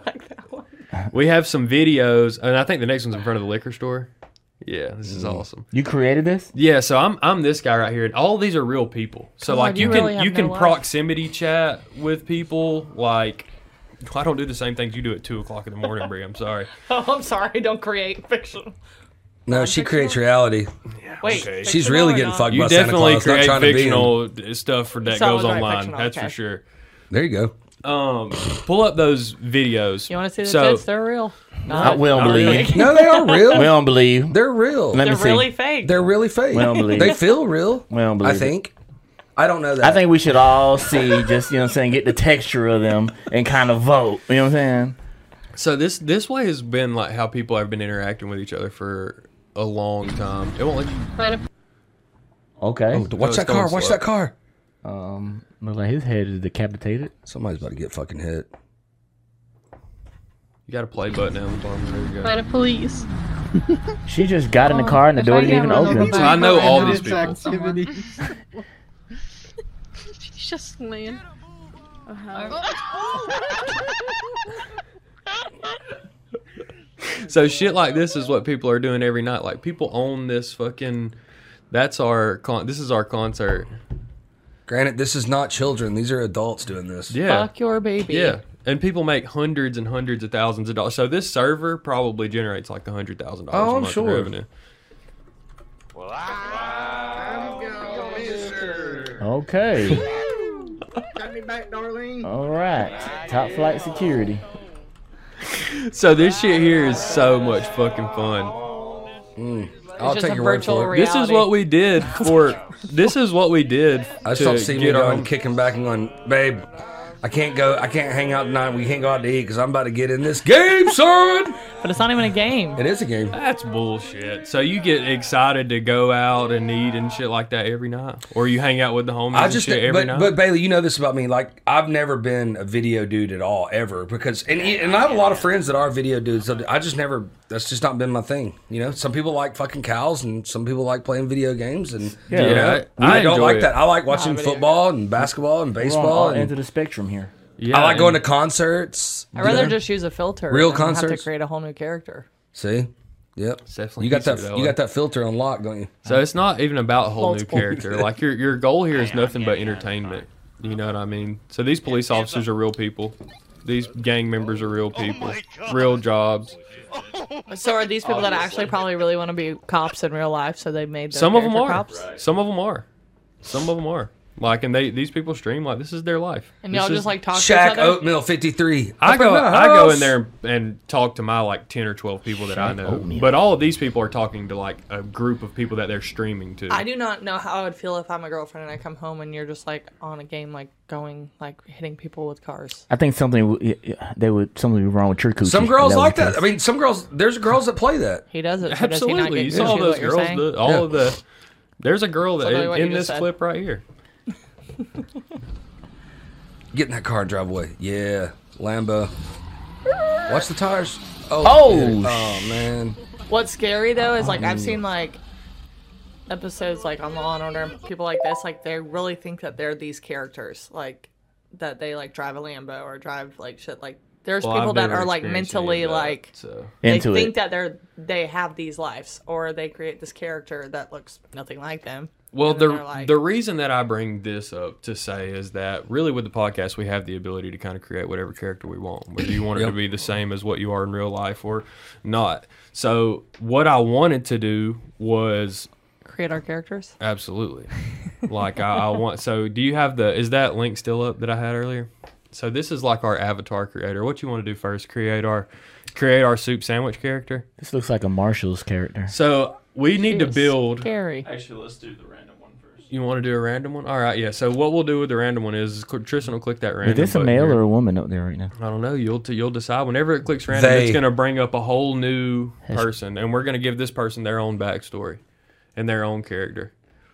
E: we have some videos, and I think the next one's in front of the liquor store. Yeah, this is awesome.
A: You created this?
E: Yeah, so I'm I'm this guy right here, and all these are real people. So
C: Come
E: like
C: on,
E: you
C: you
E: can
C: really have
E: you can
C: no life.
E: proximity chat with people. Like I don't do the same things you do at two o'clock in the morning, Brie.
B: [laughs]
E: I'm sorry.
C: Oh, I'm sorry. Don't create fiction.
B: No, she creates reality.
C: Wait.
B: She's
C: fictional
B: really
C: or
B: getting
C: not?
B: fucked
E: You
B: by Santa
E: definitely
B: Claus. Not
E: create
B: trying to
E: fictional d- stuff for that
C: It's always
E: goes
C: right,
E: online.
C: fictional,
E: That's
C: okay.
E: for sure.
B: be. There you go.
E: Um, pull up those videos.
C: You want to see the
E: so,
C: tits? They're real.
A: I will
E: not really.
A: believe.
B: No, they are
A: We
B: real.
A: don't believe.
B: They're real.
A: Let
C: They're
A: me see.
C: really fake.
B: They're really fake.
A: don't believe
B: They
A: it.
B: feel real.
A: We don't believe
B: I
A: it.
B: think. I don't know that.
A: I think we should all see, just you know, what I'm saying, get the texture of them and kind of vote. You know what I'm saying?
E: So this this way has been like how people have been interacting with each other for a long time. It won't let you
A: Okay.
B: Watch that car.
E: going
B: Watch
E: slow.
B: that car.
A: Um, look like his head is decapitated.
B: Somebody's about to get fucking hit.
E: you got a play button down the bottom. There you go.
H: By the police.
A: She just got
C: Oh,
A: in the car and the
H: If
A: door
H: I
A: didn't
H: get
A: even
H: run over
A: open.
H: by
E: I
H: a
E: know
H: car,
E: all
H: I'll
E: these
H: attack
E: people.
H: someone. She's just laying.
E: So shit like this is what people are doing every night. Like people own this fucking. That's our con. This is our concert.
B: Granted, this is not children. These are adults doing this.
E: Yeah,
C: Fuck your baby.
E: yeah. And people make hundreds and hundreds of thousands of dollars. So this server probably generates like a hundred thousand dollars.
B: Oh,
E: a
B: I'm
E: month
B: sure.
E: In revenue.
A: Okay.
H: Got me back, Darlene.
A: All right. Top flight security.
E: So this shit here is so much fucking fun.
B: I'll
C: just
B: take
C: a
B: your word
C: virtual
B: for it.
C: reality.
E: This is what we did for. This is what we did
B: I just
E: to
B: don't see me
E: get our.
B: going, kicking back and going, babe. I can't go. I can't hang out tonight. We can't go out to eat because I'm about to get in this game, son.
C: But it's not even a game.
B: It is a game.
E: That's bullshit. So you get excited to go out and eat and shit like that every night, or you hang out with the homies
B: I
E: and
B: just,
E: shit every
B: but,
E: night.
B: but Bailey, you know this about me. Like I've never been a video dude at all, ever. Because and and I have a lot of friends that are video dudes. so I just never. That's just not been my thing. You know, some people like fucking cows, and some people like playing video games, and
A: Yeah.
B: you know,
E: I- I
B: don't
E: enjoy
B: like
E: it.
B: that. I like watching
C: video
B: football and basketball and
A: We're on all
B: baseball,
A: ends of
B: and
A: the spectrum here.
E: Yeah,
B: I like
E: and-
B: going to concerts.
C: I'd rather
B: you know?
C: just use a filter.
B: Real
C: than Have
B: concerts?
C: to create a whole new character.
B: see. Yep,
E: definitely
B: you got
E: easier
B: that.
E: that
B: you
E: way.
B: got that filter on lock, don't you?
E: So it's not even about a whole
C: Multiple.
E: new character. Like your your goal here is nothing but entertainment. You know what I mean? So these police officers are real people. These gang members are real people. Real jobs.
C: So are these people that actually probably really want to be cops in real life? So they made their
E: Some of them
C: character
E: are.
C: cops.
E: Some of them are. Some of them are. Like, and they these people stream like this is their life.
C: And
E: This
C: y'all
E: is-
C: just like talk to
B: Shaq
C: each other.
B: Oatmeal 53.
E: I
B: Up
E: go,
B: in the
E: I go
B: house.
E: in there and talk to my like ten or twelve people that I know,
A: Oatmeal.
E: but all of these people are talking to like a group of people that they're streaming to.
C: I do not know how I would feel if I'm a girlfriend and I come home and you're just like on a game, like going, like hitting people with cars.
A: I think something w- y- y- they would something would be wrong with your coochie.
B: Some girls
A: That
B: like
A: was
B: that. I mean, some girls, there's girls that play that.
C: He does it. So Does he not
E: Absolutely,
C: get
E: you
C: coochie,
E: saw all
C: is
E: those
C: what you're
E: girls.
C: saying?
E: The, all of the there's a girl that
C: Totally
E: in,
C: what you
E: in
C: just
E: this
C: said.
E: clip right here.
B: Get in that car and drive away. Yeah, Lambo. Watch the tires. Oh,
A: Oh,
B: dude. oh man.
C: What's scary though is like
E: Oh.
C: I've seen like episodes like on Law and Order and people like this, like they really think that they're these characters, like that they like drive a Lambo or drive like shit. Like there's
E: Well,
C: people
E: I've
C: that
E: never
C: are like
E: experienced
C: mentally
E: any of that,
C: like
E: so.
A: into
C: they
A: it.
C: think that they're they have these lives or they create this character that looks nothing like them.
E: Well,
C: And then
E: the
C: they're like-
E: the reason that I bring this up to say is that really with the podcast we have the ability to kind of create whatever character we want, whether you want it
B: Yep.
E: to be the same as what you are in real life or not. So what I wanted to do was
C: Create our characters.
E: absolutely [laughs] like I, I want. So do you have the is that link still up that I had earlier? So this is like our avatar creator. What you want to do first? Create our create our soup sandwich character.
A: This looks like a Marshall's character.
E: So we need to build.
C: scary.
F: Actually, let's do the random one first.
E: You want to do a random one? All right, yeah. So what we'll do with the random one is, is cl- Tristan will click that random.
A: Is this a
E: button
A: male
E: here.
A: or a woman up there right now?
E: I don't know. You'll t- you'll decide whenever it clicks random.
B: They.
E: It's going to bring up a whole new person, and we're going to give this person their own backstory and their own character,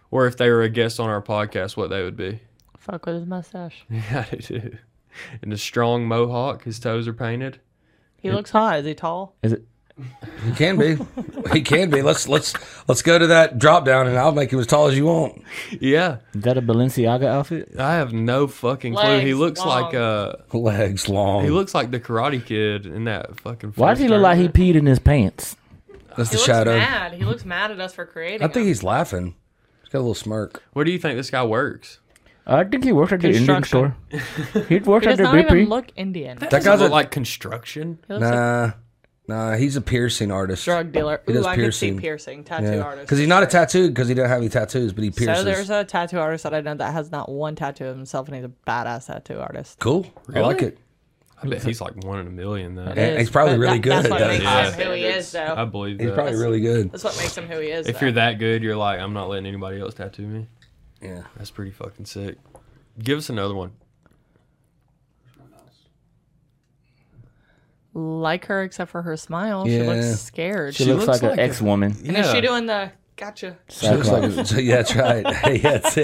E: or if they were a guest on our podcast, what they would be. [laughs]
C: Fuck with his mustache.
E: Yeah, I do too. And a strong mohawk. His toes are painted.
C: He looks hot. Is he tall?
A: Is it?
B: He can be. he can be. Let's let's let's go to that drop down, and I'll make him as tall as you want.
E: Yeah,
A: Is that a Balenciaga outfit?
E: I have no fucking clue. He
C: Legs
E: looks
C: long.
E: like uh,
B: Legs long.
E: he looks like the Karate Kid in that fucking.
A: Why does
E: first
A: he look like he
E: tournament.
A: peed in his pants?
B: That's the
C: He looks
B: shadow.
C: mad. He looks mad at us for creating.
B: I think he's laughing. He's got a little smirk.
E: Where do you think this guy works?
A: I think he worked at the Indian store.
C: Construction. [laughs]
A: He worked
C: He
A: at
C: does
A: the
C: not even
A: BP.
C: look Indian. He
B: That
E: Does
B: guy's
E: it
B: a,
E: look like construction?
C: looks like
B: nah, nah. He's a piercing artist.
C: drug dealer.
B: He does
C: Ooh, I could see
B: piercing.
C: piercing tattoo
B: Yeah,
C: artist.
B: because he's not a tattoo because he do not have any tattoos, but he pierces.
C: So there's a tattoo artist that I know that has not one tattoo of himself, and he's a badass tattoo artist.
B: cool. I like
E: Really?
B: it.
E: I bet he's like one in a million though.
B: Yeah, he's probably
C: but
B: really
C: that- That's
B: good
C: what
B: at
C: makes
E: that.
C: him who he is, though.
E: I believe
B: He's
E: that.
B: probably really good.
C: that's what makes him who he is.
E: if
C: though.
E: you're that good, you're like, I'm not letting anybody else tattoo me.
B: Yeah.
E: That's pretty fucking sick. Give us another one.
C: like her, except for her smile, she
B: Yeah.
C: looks scared.
A: She,
E: She
A: looks,
E: looks
A: like,
E: like
A: an
E: a-
A: ex-woman.
C: and is she doing the gotcha?
B: She looks like a- so- [laughs] yeah, that's right. yeah, that's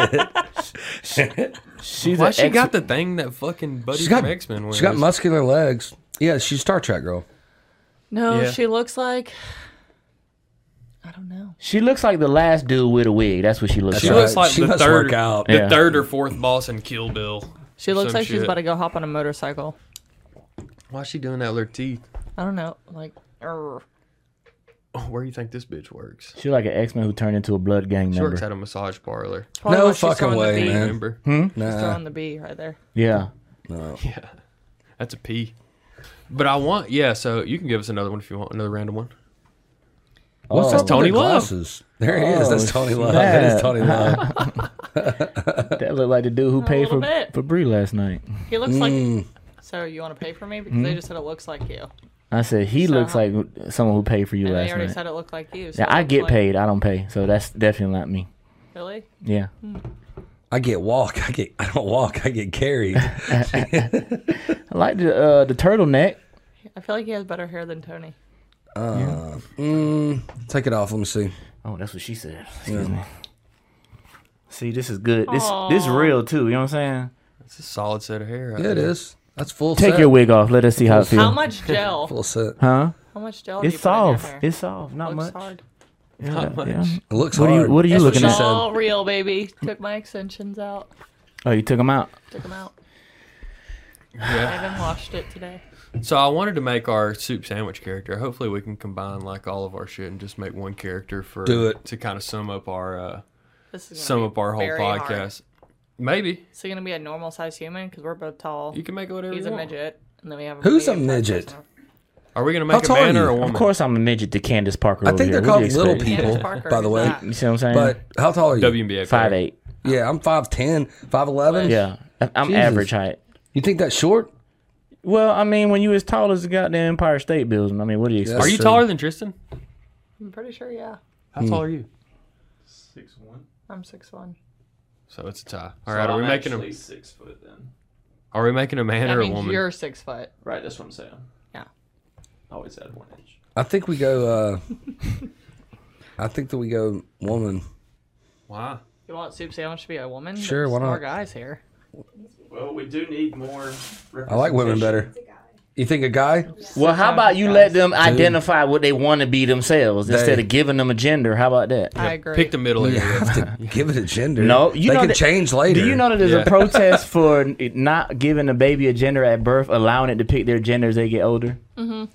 B: it.
A: She's
E: Why
A: an
E: she
A: ex-
E: got the thing that fucking Buddy
B: She's got,
E: from X Men wears?
B: she's got muscular legs. Yeah, she's Star Trek girl.
C: No,
E: Yeah.
C: she looks like I don't know.
A: She looks like the last dude with a wig. That's what she looks
E: She
A: like.
E: looks
B: right.
E: like
B: She
E: the
B: must
E: third,
B: work out.
E: the
A: Yeah.
E: third or fourth boss in Kill Bill.
C: She looks
E: Some
C: like she's
E: shit.
C: about to go hop on a motorcycle.
E: Why is she doing that with her teeth?
C: I don't know, like. err.
E: Oh, Where do you think this bitch works?
A: She's like an X-Men who turned into a blood gang
E: She works
A: member.
E: at a massage parlor.
C: Probably
B: No
C: why she's
B: fucking
C: throwing the
B: way,
C: bee.
B: man.
E: Remember?
C: She's
B: Nah,
C: throwing the bee right there.
A: Yeah.
E: Yeah, that's a P. But I want, yeah. So you can give us another one if you want another random one.
A: What's
B: That's
E: up Tony Love.
B: Oh, There he is. That's
A: Oh,
B: Tony Love. That
A: snap.
B: is Tony Love.
A: That looked like the dude who paid for
C: little bit.
A: for Brie last night.
C: He looks
B: Mm.
C: like. So you want to pay for me because
B: Hmm?
C: they just said it looks like you.
A: I said he looks like someone who paid for you
C: And they
A: last
C: already
A: night.
C: said it looked like you. So
A: Yeah,
C: it
A: I
C: looks
A: get
C: like-
A: paid. I don't pay, so that's definitely not me.
C: Really?
A: Yeah.
C: Hmm.
B: I get walk. I get. I don't walk. I get carried.
A: I like the uh, the turtleneck.
C: I feel like he has better hair than Tony.
B: Mm, take it off. Let me see.
A: Oh, that's what she said. Excuse me. See, this is good. This this real too. You know what I'm saying?
E: It's a solid set of hair. right
B: Yeah, it
E: there.
B: is. That's full.
A: Take
B: set.
A: your wig off. Let us see how it feels. [laughs]
C: How much gel?
B: Full set.
A: Huh?
C: How much gel? do
A: It's
C: you put in your
A: soft.
C: hair?
A: It's soft. Not
C: looks
A: much.
C: hard.
A: Yeah,
E: Not much.
A: yeah.
B: It looks
A: What are you-
B: hard.
A: what are you
B: That's
A: looking
B: she
A: at?
B: said.
C: All real, baby. Took my extensions out.
A: Oh, you took him out.
C: Took them out. I
E: Yeah.
C: haven't washed it today.
E: So I wanted to make our soup sandwich character. Hopefully, we can combine like all of our shit and just make one character for
B: Do it.
E: to kind of sum up our uh,
C: This is gonna
E: sum
C: be
E: up our whole
C: very hard.
E: podcast. Maybe
C: Is he gonna be a normal sized human? Because we're both tall.
E: you can make it whatever
C: He's
E: you
C: a
E: want.
C: midget, and then we have. A
B: Who's a
C: medium-sized
B: midget?
C: person.
E: Are we gonna make
B: tall
E: a
B: are
E: man
B: you?
E: or a
B: Of
E: woman?
A: Of course, I'm a midget to Candace Parker.
B: I
A: over
B: think
A: here.
B: they're
A: What do
B: called
A: you
B: little
A: expect?
B: people,
C: Parker
B: by the
C: is
B: way.
C: not.
A: You see what I'm saying?
B: But how tall are you?
E: WNBA. player.
A: five eight.
B: Yeah, I'm 5'10", 5'11".
A: Yeah, I- I'm
B: Jesus.
A: average height.
B: You think that's short?
A: Well, I mean, when you as tall as the goddamn Empire State Building, I mean, what do you expect?
E: Are you
B: true.
E: taller than Tristan?
C: I'm pretty sure, yeah.
E: How tall are you?
F: Six one.
C: I'm six one.
E: So it's a tie. All right,
F: so
E: are we
F: I'm
E: making
F: actually
E: a
F: six foot then?
E: are we making a man
C: That
E: or a
C: means
E: woman?
C: you're six foot.
F: Right, that's what I'm saying.
C: Yeah.
F: Always add one inch.
B: I think we go. uh I think that we go woman.
E: Wow.
C: You want soup sandwich to be a woman?
B: Sure,
C: There's
B: why not?
C: More guys here.
F: Well, we do need more.
B: I like women
F: representation.
B: better.
G: It's a guy.
B: You think a guy?
A: Well, how about you let them identify what they want to be themselves instead
B: They-
A: of giving them a gender? How about that?
C: I agree.
E: Pick the middle
B: You
E: area. [laughs]
B: have to give it a gender.
A: No, you
B: they
A: know
B: can
A: that-
B: change later.
A: Do you know that there's
E: Yeah.
A: a
B: [laughs]
A: protest for n- not giving a baby a gender at birth, allowing it to pick their gender as they get older? Mm-hmm.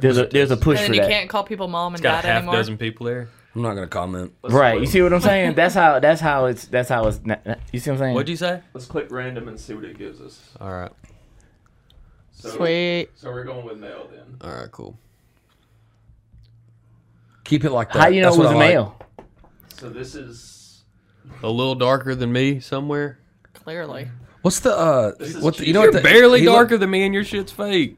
A: There's a there's a push
C: and then
A: for
C: you
A: that,
C: can't call people mom and
E: It's got
C: dad
E: a half
C: anymore.
E: dozen people there.
B: I'm not gonna comment.
F: Let's
A: right?
F: click-
A: You see what I'm
B: [laughs]
A: saying? That's how that's how it's that's how it's. na- na- You see what I'm saying?
E: What'd you say?
F: Let's click random and see what it gives us.
E: All right.
F: So,
C: Sweet.
F: So we're going with male then.
E: All right. Cool.
B: Keep it like that.
A: how you know
B: That's
A: it was
B: what
A: a
B: I like.
A: male?
F: So this is.
E: A little darker than me somewhere.
C: Clearly,
B: What's the uh?
F: This is
B: What the, you
F: cheating.
B: know? What
E: You're
B: the,
E: barely
B: he look-
E: darker than me, and your shit's fake.
C: it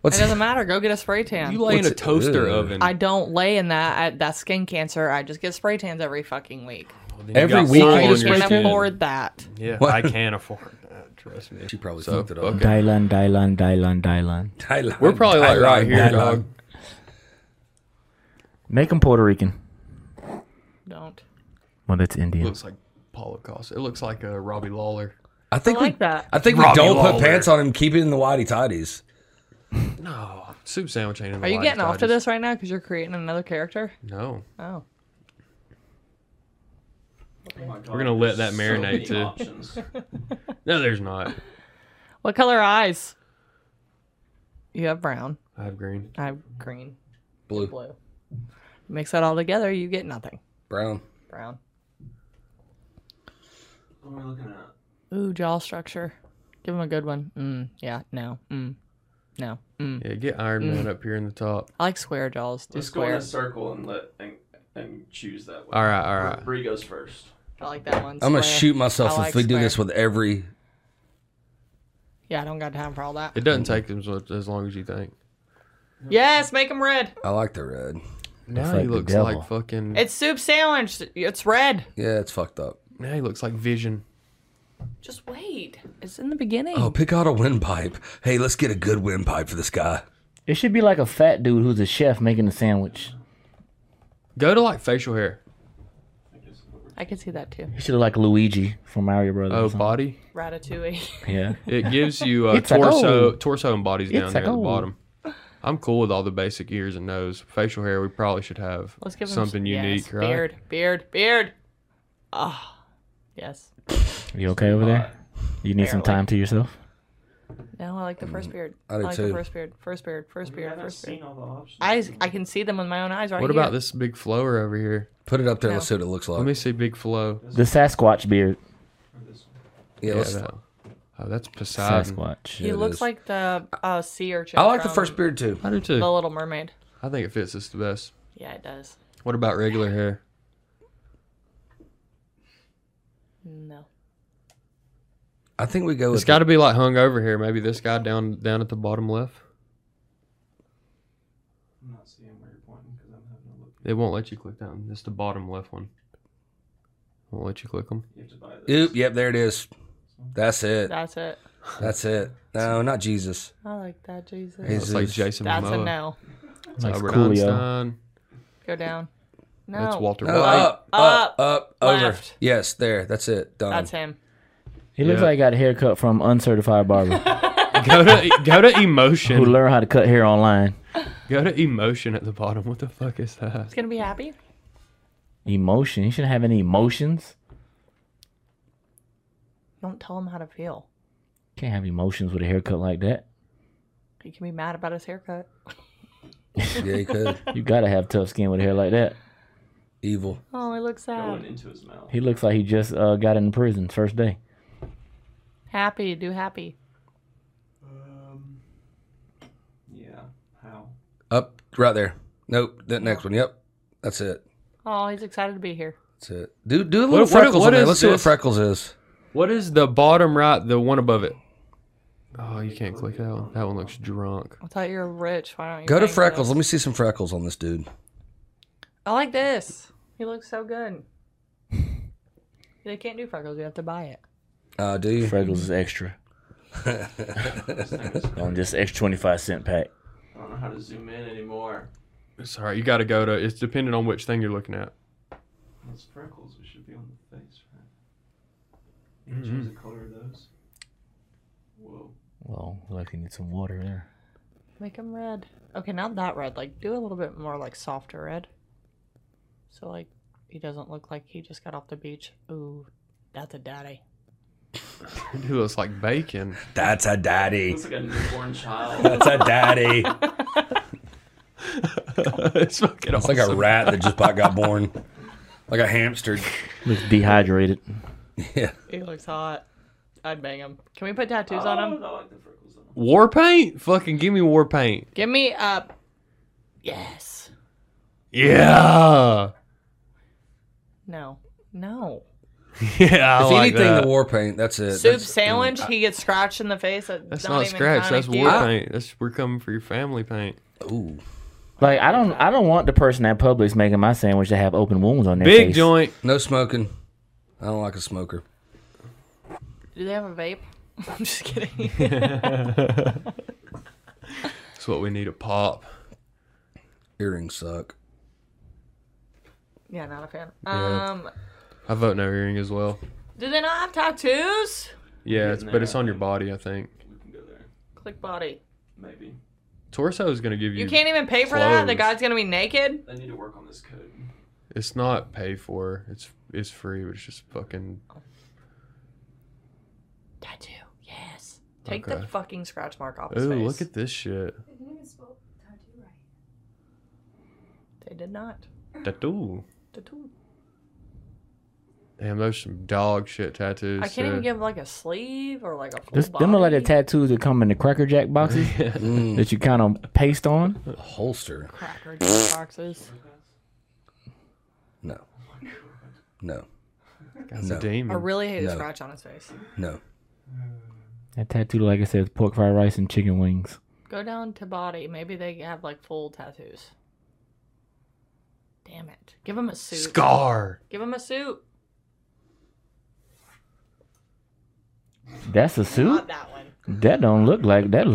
B: What's
C: doesn't matter. Go get a spray tan.
E: You lay in
B: What's
E: a
B: it-
E: toaster
B: Ew.
E: oven.
C: I don't lay in that. I, that's skin cancer. I just get spray tans every fucking week.
E: Then you
B: every
E: got
B: week
E: full
B: you
E: on
C: I
B: just
E: your
B: spray
C: can't
B: tan?
E: skin.
C: afford that.
E: Yeah,
B: What?
E: I can't afford that. [laughs] Trust me.
B: She probably
E: So,
B: fucked it up.
E: fuck it.
A: Dylan, Dylan, Dylan, Dylan.
B: Thailand,
E: We're probably like
B: Thailand,
E: right here,
B: Thailand.
E: dog.
A: Make him Puerto Rican.
C: Don't.
A: Well, that's Indian.
E: Looks like Holocaust. It looks like a Robbie Lawler.
B: I think
C: I
B: we.
C: like that.
B: I think we
E: Robbie
B: don't
E: Lawler.
B: put pants on him. Keep it in the whitey tidies.
E: No, soup sandwich ain't in the
C: Are you
E: light,
C: getting
E: I
C: off to
E: just-
C: this right now because you're creating another character?
E: No,
C: Oh.
F: Oh my God,
E: We're gonna let that
F: there's
E: marinate,
F: many
E: too.
F: [laughs] options.
E: no, there's not.
C: What color are eyes? You have brown.
E: I have green.
C: I have green.
B: Blue,
C: Blue. Mix that all together, you get nothing.
B: brown.
C: Brown.
F: What are we looking at?
C: Ooh, jaw structure. Give him a good one. Mm, yeah, no. Mm, no. Mm.
E: Yeah, get Iron Man up here in the top.
C: I like square jaws. Do
F: Let's go in
C: square.
F: a circle and let and, and choose that one.
E: All right, all right.
F: Bree goes first.
C: I like that one.
B: I'm gonna
C: square.
B: shoot myself
C: I
B: if
C: like
B: we do
C: square.
B: this with every.
C: Yeah, I don't got time for all that.
E: It doesn't take as, much- as long as you think.
C: Yes, make them red.
B: I like the red.
E: Now
A: like
E: he
A: the
E: looks
A: devil.
E: like fucking.
C: It's soup sandwich. It's red.
B: Yeah, it's fucked up.
E: now he looks like Vision.
C: Just wait. It's in the beginning.
B: Oh, pick out a windpipe. Hey, let's get a good windpipe for this guy.
A: It should be like a fat dude who's a chef making a sandwich.
E: Go to like facial hair.
C: I can see that too.
A: He should look like Luigi from Mario Brothers.
E: Oh,
A: or something.
E: body.
C: Ratatouille. [laughs]
A: yeah.
E: It gives you uh,
A: It's a
E: torso,
A: goal.
E: torso and bodies down
A: It's a
E: there at the
A: goal.
E: bottom. I'm cool with all the basic ears and nose. Facial hair, we probably should have
C: Let's give him
E: something unique,
C: yes,
E: right?
C: Beard, beard, beard. Ah, yes.
A: You okay over there? You need some
C: Barely.
A: time to yourself.
C: No, I like the first beard.
B: Mm. I do
C: like
B: too.
C: the first beard. First beard. First
F: We
C: beard.
F: haven't
C: First
F: seen
C: beard.
F: all the options.
C: I I can see them with my own eyes right
E: What
C: here.
E: about this big flower over here?
B: Put it up there.
C: No.
B: Let's see what it looks
E: Let
B: like.
E: me see big flow.
A: The Sasquatch beard.
B: yeah,
E: Yeah,
B: let's,
E: that- oh, that's Poseidon.
A: Sasquatch.
C: He
B: it
C: looks
B: is.
C: like the uh, sea urchin.
B: I like the
C: from
B: first beard too.
E: I do too.
C: The Little Mermaid.
E: I think it fits us the best.
C: Yeah, it does.
E: What about regular hair?
C: No.
B: I think we go
E: It's
B: with.
E: got to be like hung over here. Maybe this guy down down at the bottom left.
F: I'm not seeing where you're pointing because I'm having a look.
E: They won't let you click that one. It's the bottom left one. Won't let you click them.
F: You have to buy this.
B: Oop. Yep. There it is. That's it.
C: That's it.
B: That's it. No, not Jesus.
C: I like that, Jesus.
E: It's like
B: Jesus.
E: Jason
C: That's
E: Momoa.
C: a no.
E: It's
A: Like
E: Albert
A: Coolio.
E: Einstein.
C: Go down. No.
E: That's Walter
B: No,
E: White.
B: up, up, up, over.
C: left.
B: Yes, there. That's it. Done.
C: That's him.
A: He looks
E: Yeah.
A: like he got a haircut from uncertified
E: [laughs]
A: barber
E: go to go to
A: who
E: emotion.
A: learned how to cut hair online.
E: Go to emotion at the bottom. What the fuck is that?
C: He's gonna be happy.
A: Emotion. He shouldn't have any emotions.
C: Don't tell him how to feel.
A: Can't have emotions with a haircut like that.
C: He can be mad about his haircut.
B: Yeah, he
C: [laughs]
B: could.
A: You gotta have tough skin with hair like that.
B: Evil.
C: Oh, he looks
F: Going
C: sad.
F: into his mouth.
A: He looks like he just uh, got in prison first day.
C: Happy. Do happy.
F: Um, yeah. How?
B: Up, right there. Nope. That next one. Yep. That's it.
C: Oh, he's excited to be here.
B: That's That's it. Do do a little
E: What- what-
B: freckles
E: what
B: on there.
E: is
B: Let's see what
E: this?
B: freckles is.
E: What is the bottom right, the one above it? Oh, you can't click that one. That one looks drunk.
C: I thought you were rich. Why don't you
B: Go to
C: pay for
B: freckles.
C: this?
B: Let me see some freckles on this dude.
C: I like this. He looks so good. [laughs] they can't do freckles. You have to buy it.
B: Uh, do you?
A: Freckles is extra Mm-hmm. [laughs] on this extra twenty five cent pack.
F: I don't know how to zoom in anymore.
E: It's all right. You got to go to. It's dependent on which thing you're looking at.
F: Those freckles, we should be on the face, right? You can
E: Mm-hmm.
F: choose the color of those. Whoa.
A: Well, lucky need some water there.
C: Make them red. Okay, not that red. Like, do a little bit more like softer red. So like, he doesn't look like he just got off the beach. Ooh, that's a daddy.
E: It looks like bacon.
B: That's a daddy.
F: Looks like a [laughs] newborn child.
B: That's a
E: [laughs]
B: daddy.
E: [laughs] it's fucking
B: It's
E: awesome.
B: like a rat that just about got born. Like a hamster.
A: Looks dehydrated.
B: Yeah.
C: He looks hot. I'd bang him. Can we put tattoos
F: I
C: on
F: don't
C: him?
F: know, I like the freckles on them.
E: war paint. Fucking give me war paint.
C: Oh. Give me a. Yes.
E: Yeah. [laughs]
C: No. No.
E: Yeah. I
B: If
E: like
B: anything,
E: that.
B: the war paint. That's it.
C: Soup
B: That's-
C: sandwich. He gets scratched in the face.
E: That's not, scratch. That's war
C: war.
E: paint. That's we're coming for your family paint.
B: Ooh.
A: Like I don't, I don't want the person at Publix making my sandwich to have open wounds on their
E: Big
A: face.
E: joint.
B: No smoking. I don't like a smoker.
C: Do they have a vape? [laughs] I'm just
E: [laughs]
C: kidding.
E: That's what we need. A pop.
B: Earrings suck.
C: yeah, not a fan.
E: Yeah.
C: Um,
E: I vote no earring as well.
C: do they not have tattoos?
E: Yeah, it's, but it's on your body. I think
F: We can go there.
C: Click body.
F: Maybe.
E: torso is gonna give you.
C: You can't even pay for that. The
E: Clothes.
C: guy's gonna be naked.
F: They need to work on this code.
E: It's not paid for. It's it's free. But it's just fucking.
C: Tattoo. Yes. Take the
E: Okay.
C: fucking scratch mark off
E: Ooh,
C: his face.
E: look at this shit.
G: They didn't even spell tattoo right.
C: They did not.
E: Tattoo.
C: Tattoo.
E: Damn, those some dog shit tattoos.
C: I can't even
E: too.
C: give like a sleeve or like a full
A: This,
C: body.
A: them are like the tattoos that come in the Cracker Jack boxes
E: [laughs]
A: that you kind of paste on.
B: Mm. Holster.
C: Cracker Jack boxes.
B: No. No.
E: That's
B: No.
E: a demon.
C: I really hate
B: No.
C: a scratch on his face.
B: No.
A: That tattoo, like I said, is pork fried rice and chicken wings.
C: Go down to body. Maybe they have like full tattoos. Damn it. Give him a suit.
E: Scar.
C: Give him a suit.
A: That's a suit.
C: Not that one.
A: That don't look like that.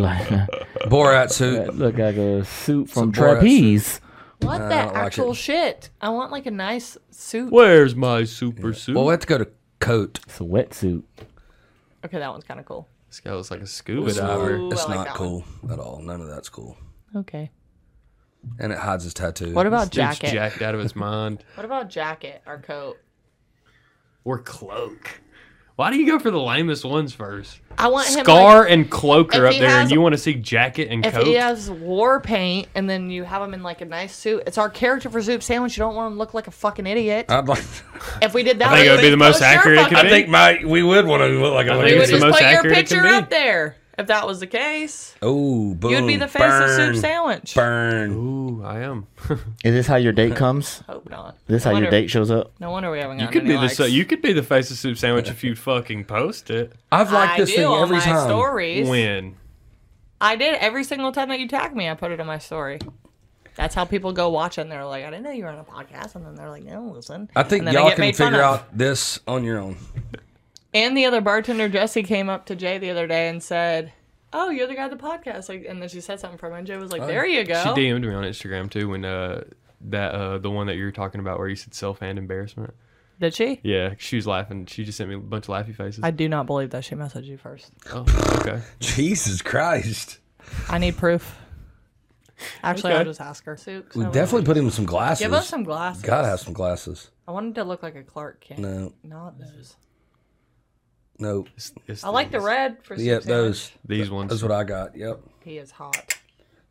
A: [laughs] Like
B: Borat suit.
A: that look like a suit from
B: It's a Borat
A: Trapeze.
C: What
B: No, I
C: the
B: don't like
C: actual
B: it.
C: shit? I want like a nice suit.
E: Where's my super suit?
B: Well, we have to go to coat.
A: It's a wetsuit.
C: Okay, that one's kind of cool.
E: this guy looks like a scuba
B: It's
E: diver.
B: not,
C: I
B: it's
C: like
B: not
C: that
B: cool at all. None of that's cool.
C: Okay.
B: And it hides his tattoo.
C: What about
E: Dude's
C: jacket?
E: jacked out of his mind.
C: What about jacket or coat?
E: Or cloak. Why do you go for the lamest ones first?
C: I [laughs] want him
E: Scar and cloak
C: if
E: are up
C: he
E: there, and
C: has-
E: you want to see jacket and
C: If
E: coat.
C: he has war paint and then you have him in like a nice suit, it's our character for Soup Sandwich. You don't want him to look like a fucking idiot.
B: I'd like. [laughs]
C: if we did that,
E: Uh, I think
C: we
E: it would be the
C: would
E: most
C: post your
E: accurate it could
C: fucking-
E: be.
B: my we would want to look like a.
E: I
C: We
E: think
C: would
E: it's the
C: just
E: most
C: put your
E: accurate it can
C: picture
E: be.
C: up there if that was the case.
B: Oh, boom!
C: You'd be the face of
B: burn,
C: Soup Sandwich.
B: Burn.
E: Ooh, I am. [laughs]
A: Is this how your date comes?
C: Hope not.
A: This
C: no
A: how your
C: wonder-
A: date shows up?
C: No wonder we haven't.
E: you
C: gotten
E: could
C: any
E: be the
C: likes.
E: so you could be the face of soup sandwich if you fucking post it.
B: I've liked
C: I
B: this
C: do
B: thing
C: on
B: every
C: my
B: time.
C: stories.
E: When
C: I did every single time that you tagged me. I put it in my story. That's how people go watch it. and They're like, I didn't know you were on a podcast, and then they're like, No, listen.
B: I think
C: And then I
B: y'all
C: get
B: can
C: made fun
B: figure
C: of.
B: out this on your own.
C: And the other bartender, Jesse, came up to Jay the other day and said, "Oh, you're the guy at the podcast." Like, and then she said something from him. and Jay
B: Oh,
C: was like, "There you go."
E: she DM'd me on Instagram too, when uh that uh the one that you were talking about where you said self hand embarrassment.
C: Did she?
E: Yeah, she was laughing. She just sent me a bunch of laughy faces.
C: I do not believe that she messaged you first.
E: oh, okay.
B: Jesus Christ!
C: I need proof. [laughs] Actually, I'll
E: Okay.
C: just ask her. Soup,
B: We definitely put him in some glasses.
C: Oh, give us some glasses.
B: Gotta have some glasses.
C: I wanted to look like a Clark Kent.
B: No,
C: Not those.
B: no.
E: It's- it's
C: I like the
E: these-
C: red for
B: Yeah,
C: soup
B: those.
E: These ones.
B: That's what I got. Yep.
C: sandwich. He is hot.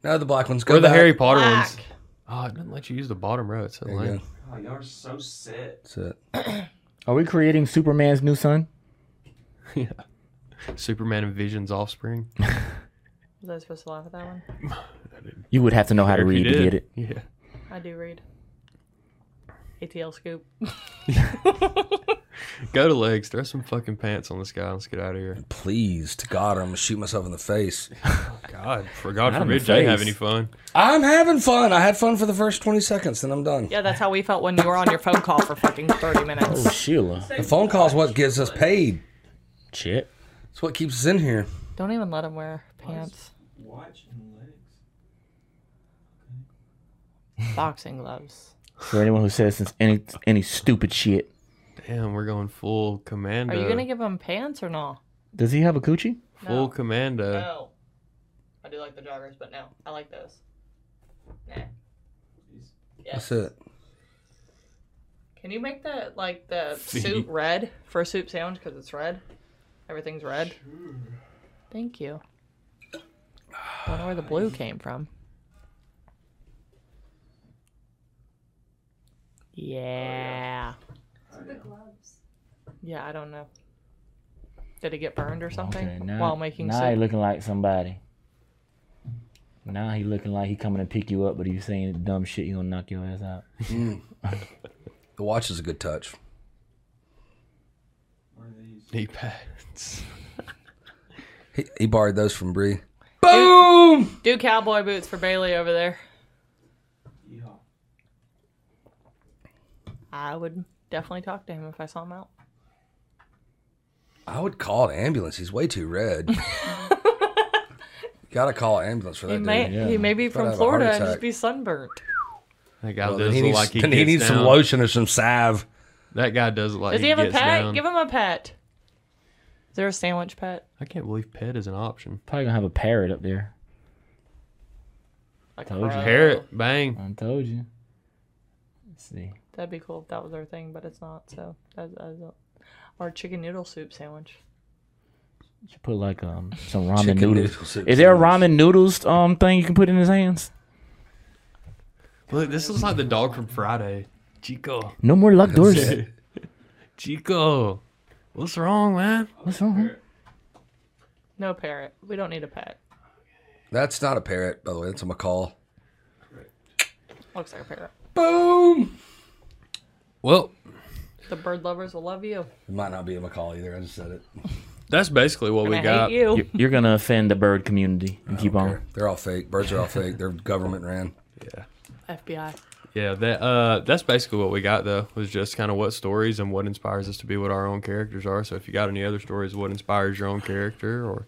B: No, the black ones. Go
E: or the
B: back.
E: Harry Potter ones.
C: Black.
E: Oh, it doesn't let you use the bottom row. It's so
B: There you
E: lame.
B: go.
F: Oh, y'all are so set.
B: That's it.
A: Are we creating Superman's new son?
E: Superman and Vision's offspring.
C: Was I supposed to laugh at that one?
A: You would have to know how to
E: If you
A: read to
E: did.
A: get it.
E: Yeah.
C: I do read. ATL scoop.
E: Go to legs. Throw some fucking pants on this guy. Let's get out of here.
B: Please, to God, I'm gonna shoot myself in the face.
E: God, for God
A: Not in the
E: forbid Jay have
A: face.
E: any fun.
B: I'm having fun. I had fun for the first 20 seconds, then I'm done.
C: Yeah, that's how we felt when you were on your phone call for fucking 30 minutes.
A: Oh, Sheila.
B: The phone call's what gives us paid.
A: Shit.
B: It's what keeps us in here.
C: Don't even let him wear pants.
F: Watch and legs.
C: [laughs] Boxing gloves.
A: For anyone who says it's any any stupid shit,
E: Damn, we're going full commando.
C: Are you gonna give him pants or no?
A: does he have a coochie?
E: full
C: No.
E: commando?
C: No. I do like the joggers, but no. I like those. Nah.
B: That's it.
C: Can you make the like the
A: [laughs]
C: suit red? Fursuit sound because it's red. Everything's red. Thank you. Don't know where the blue came from. Yeah.
G: The gloves.
C: Yeah, I don't know. Did it get burned or something
A: Okay, now,
C: while making
A: now he
C: soup?
A: looking like somebody. Now he looking like he coming to pick you up, but you saying dumb shit, you gonna knock your ass out.
B: The watch is a good touch.
F: Are these
E: Knee pads.
B: He, he borrowed those from Bree.
C: Do cowboy boots for Bailey over there.
F: yeehaw?
C: I would definitely talk to him if I saw him out.
B: I would call an ambulance. He's way too red. [laughs] Gotta call an ambulance for
C: He
B: that
C: may
B: dude.
A: yeah.
C: he may be
B: Thought I
C: from
B: had a heart
C: Florida and
B: attack.
C: just be sunburnt.
E: That guy
B: Well, then
E: does
B: he
E: look
B: needs,
E: like he,
B: then he
E: gets
B: needs some
E: down.
B: lotion or some salve.
E: That guy does look like
C: Does he,
E: he
C: have a
E: gets
C: pet?
E: down.
C: Give him a pet. Is there a sandwich pet?
E: I can't believe pet is an option.
A: Probably gonna have a parrot up there.
C: Like
A: Told you.
C: crow?
E: Parrot, bang.
A: I told you. Let's see.
C: That'd be cool if that was our thing, but it's not. So that's, that's a, or chicken noodle soup sandwich.
A: You should put like um some ramen
B: Chicken
A: noodles.
B: noodle soup
A: Is there a
B: sandwich.
A: ramen noodles um thing you can put in his hands?
E: Look, this looks like the dog from Friday. Chico.
A: No more luck doors.
E: Chico. What's wrong, man?
A: [laughs] What's wrong?
C: No parrot. We don't need a pet.
B: That's not a parrot, by the way. That's a macaw.
C: Looks like a parrot.
B: Boom!
E: Well,
C: The bird lovers will love you.
B: It might not be a macaw either. I just said it.
E: that's basically what
C: And
E: we
C: I
E: got.
C: hate
B: Oh.
C: you.
A: You're, you're gonna offend the bird community and keep on.
B: They're all fake. Birds
A: [laughs]
B: are all fake. They're government ran.
C: FBI.
E: Yeah, that uh, that's basically what we got though. Was just kind of what stories and what inspires us to be what our own characters are. So if you got any other stories, what inspires your own character or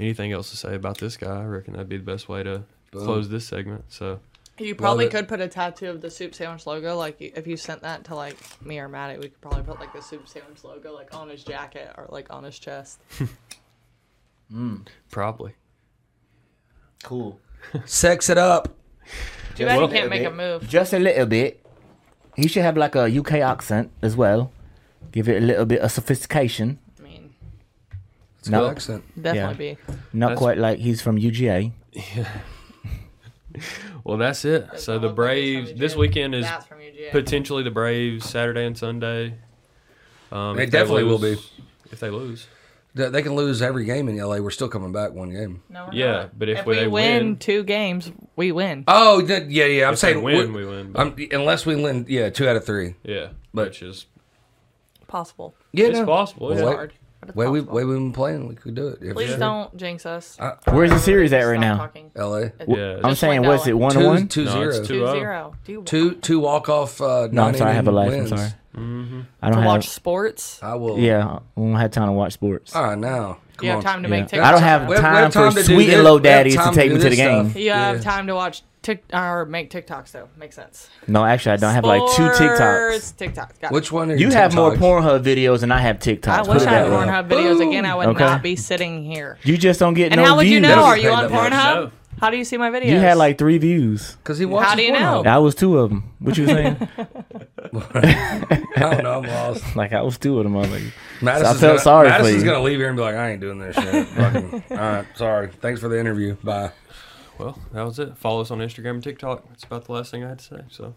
E: anything else to say about this guy, I reckon that'd be the best way to close this segment. So
C: You probably
B: it.
C: could put a tattoo of the soup sandwich logo. Like you- if you sent that to like me or Maddie, we could probably put like the soup sandwich logo like on his jacket or like on his chest.
E: probably.
A: Cool.
B: Sex it up.
C: Too bad
E: Well-
C: he can't make a move.
A: Just a little bit. He should have like a UK accent as well. Give it a little bit of sophistication.
C: I mean,
B: It's a
A: No.
B: good accent.
C: definitely be.
A: Not
E: That's-
A: quite like he's from UGA.
E: Well, that's it. so the Braves this weekend is
C: That's from UGA.
E: potentially the Braves Saturday and Sunday. Um,
B: They
E: if
B: definitely will
E: lose- if they lose.
B: They they can lose every game in LA. We're still coming back one game.
C: No, we're
E: Yeah,
C: not.
E: but if
C: we
E: they
C: win,
E: win-
C: two games, we win.
B: Oh, that- yeah, yeah. I'm
E: If they
B: saying
E: win,
B: we're-
E: we win, but-
B: I'm, unless we win, yeah, two out of three.
E: Yeah,
B: But-
E: which is
C: Possible.
B: Yeah,
E: it's
B: no.
E: possible.
B: Well,
E: yeah.
B: wait.
C: Hard. But it's
B: Way we
C: possible.
B: way we've been playing, we could do it. If
C: Please
B: sure.
C: don't jinx us.
A: Uh, Where's the series at
C: Stop
A: right now?
C: talking.
B: LA
E: Yeah,
A: I'm
C: Just
A: saying,
C: one
A: what's it?
C: dollar.
A: One to
B: two
A: one?
B: two
E: No, it's
B: zero.
E: two-
C: 2 0. Do you
B: two two walk off. Uh,
A: No, I'm sorry. I have a life.
B: wins. Mm-hmm.
A: I'm sorry. I don't
C: want to
A: have.
C: watch sports?
B: I will.
A: yeah, I don't have time to watch sports.
B: All right, now. Come
C: you
B: on.
C: have time to
A: Yeah.
C: make TikTok.
A: I don't have
B: We
A: time,
B: have- we have time
A: for
B: to do
A: sweet
B: this-
A: and low
B: we have
A: daddies to
B: time to
A: take
B: do
A: me to the
B: this
A: game.
B: stuff.
C: You have
B: Yeah.
C: time to watch Tik or make TikToks though. Makes sense.
A: No, actually, I don't have like two TikToks.
C: Sports, TikToks. Got it.
B: Which one? Are
A: You
B: your
A: have more
B: TikToks?
A: Pornhub videos than I have TikToks.
C: I
A: Put
C: wish
A: it
C: I
A: that
C: had
A: way.
C: Pornhub videos again. I would
A: Okay.
C: not be sitting here.
A: You just don't get
C: And
A: no
C: how would you
A: views.
C: know? Are
B: Doesn't
C: you
B: pay
C: on
B: that much.
C: Pornhub?
E: No.
C: How do you see my videos?
A: You had like three views.
B: Because he watches.
C: do you know?
B: Pornhub.
A: I was two of them. What you saying?
B: I don't know. I'm
A: [laughs]
B: lost.
A: like I was two of them. I'm like,
B: Madison's
A: felt
B: gonna,
A: sorry for
B: Madison's
A: you.
B: gonna leave here and be like, I ain't doing
A: [laughs]
B: this shit. Fucking, all right, sorry. Thanks for the interview. Bye.
E: Well, that was it. Follow us on Instagram and TikTok. That's about the last thing I had to say. So,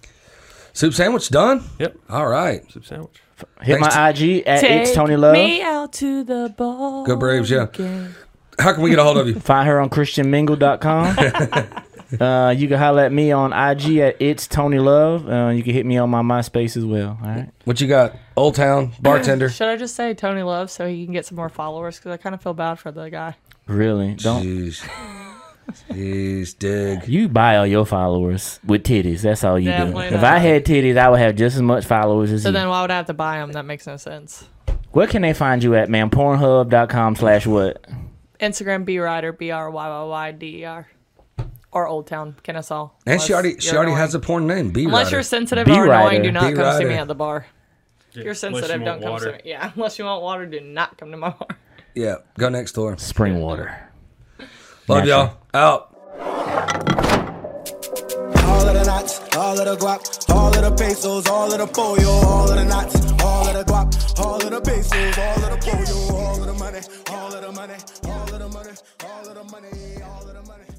B: Soup sandwich done.
E: yep,
B: All right.
E: soup sandwich.
A: hit
B: Thanks
A: my IG at
C: Take
A: it's Tony Love.
C: me out to the ball.
B: Go Braves. Yeah.
C: game.
B: How can we get a hold of you?
A: Find her on ChristianMingle.com. Uh, you can holler at me on IG at it's Tony Love. Uh, you can hit me on my MySpace as well. All right.
B: What you got? Old Town
C: [laughs]
B: bartender.
C: Should I just say Tony Love so he can get some more followers? Because I kind of feel bad for the guy.
A: Really? Don't
B: Jeez, jeez, dig.
A: you buy all your followers with titties? That's all you
C: Definitely
A: do. If
C: not.
A: I had titties, I would have just as much followers as
C: So
A: you.
C: then why would I have to buy him? That makes no sense.
A: Where can they find you at, man? Pornhub.com slash what?
C: Instagram B Rider B R Y Y Y D E R or Old Town Kennesaw.
B: And she
C: Unless
B: already she
C: you're
B: already
C: annoying.
B: has a porn name. B
C: Unless you're
B: Rider.
C: sensitive
A: B
C: or annoying, do
A: Rider.
C: not
B: B
C: come see me
B: Rider.
C: at the bar.
E: Yeah,
C: If you're
E: unless
C: sensitive,
E: you
C: don't
E: want
C: come
E: water.
C: see me. [laughs] Yeah, unless you want water, do not come to my bar.
B: Yeah, go next door.
A: Spring water.
B: Love
A: Naturally.
B: y'all. Out.
D: All of the knots, all of the guap, all of the pesos, all of the pollo, all of the knots, all of the guap, all of the pesos, all of the pollo, all of the money, all of the money, all of the money, all of the money, all of the money.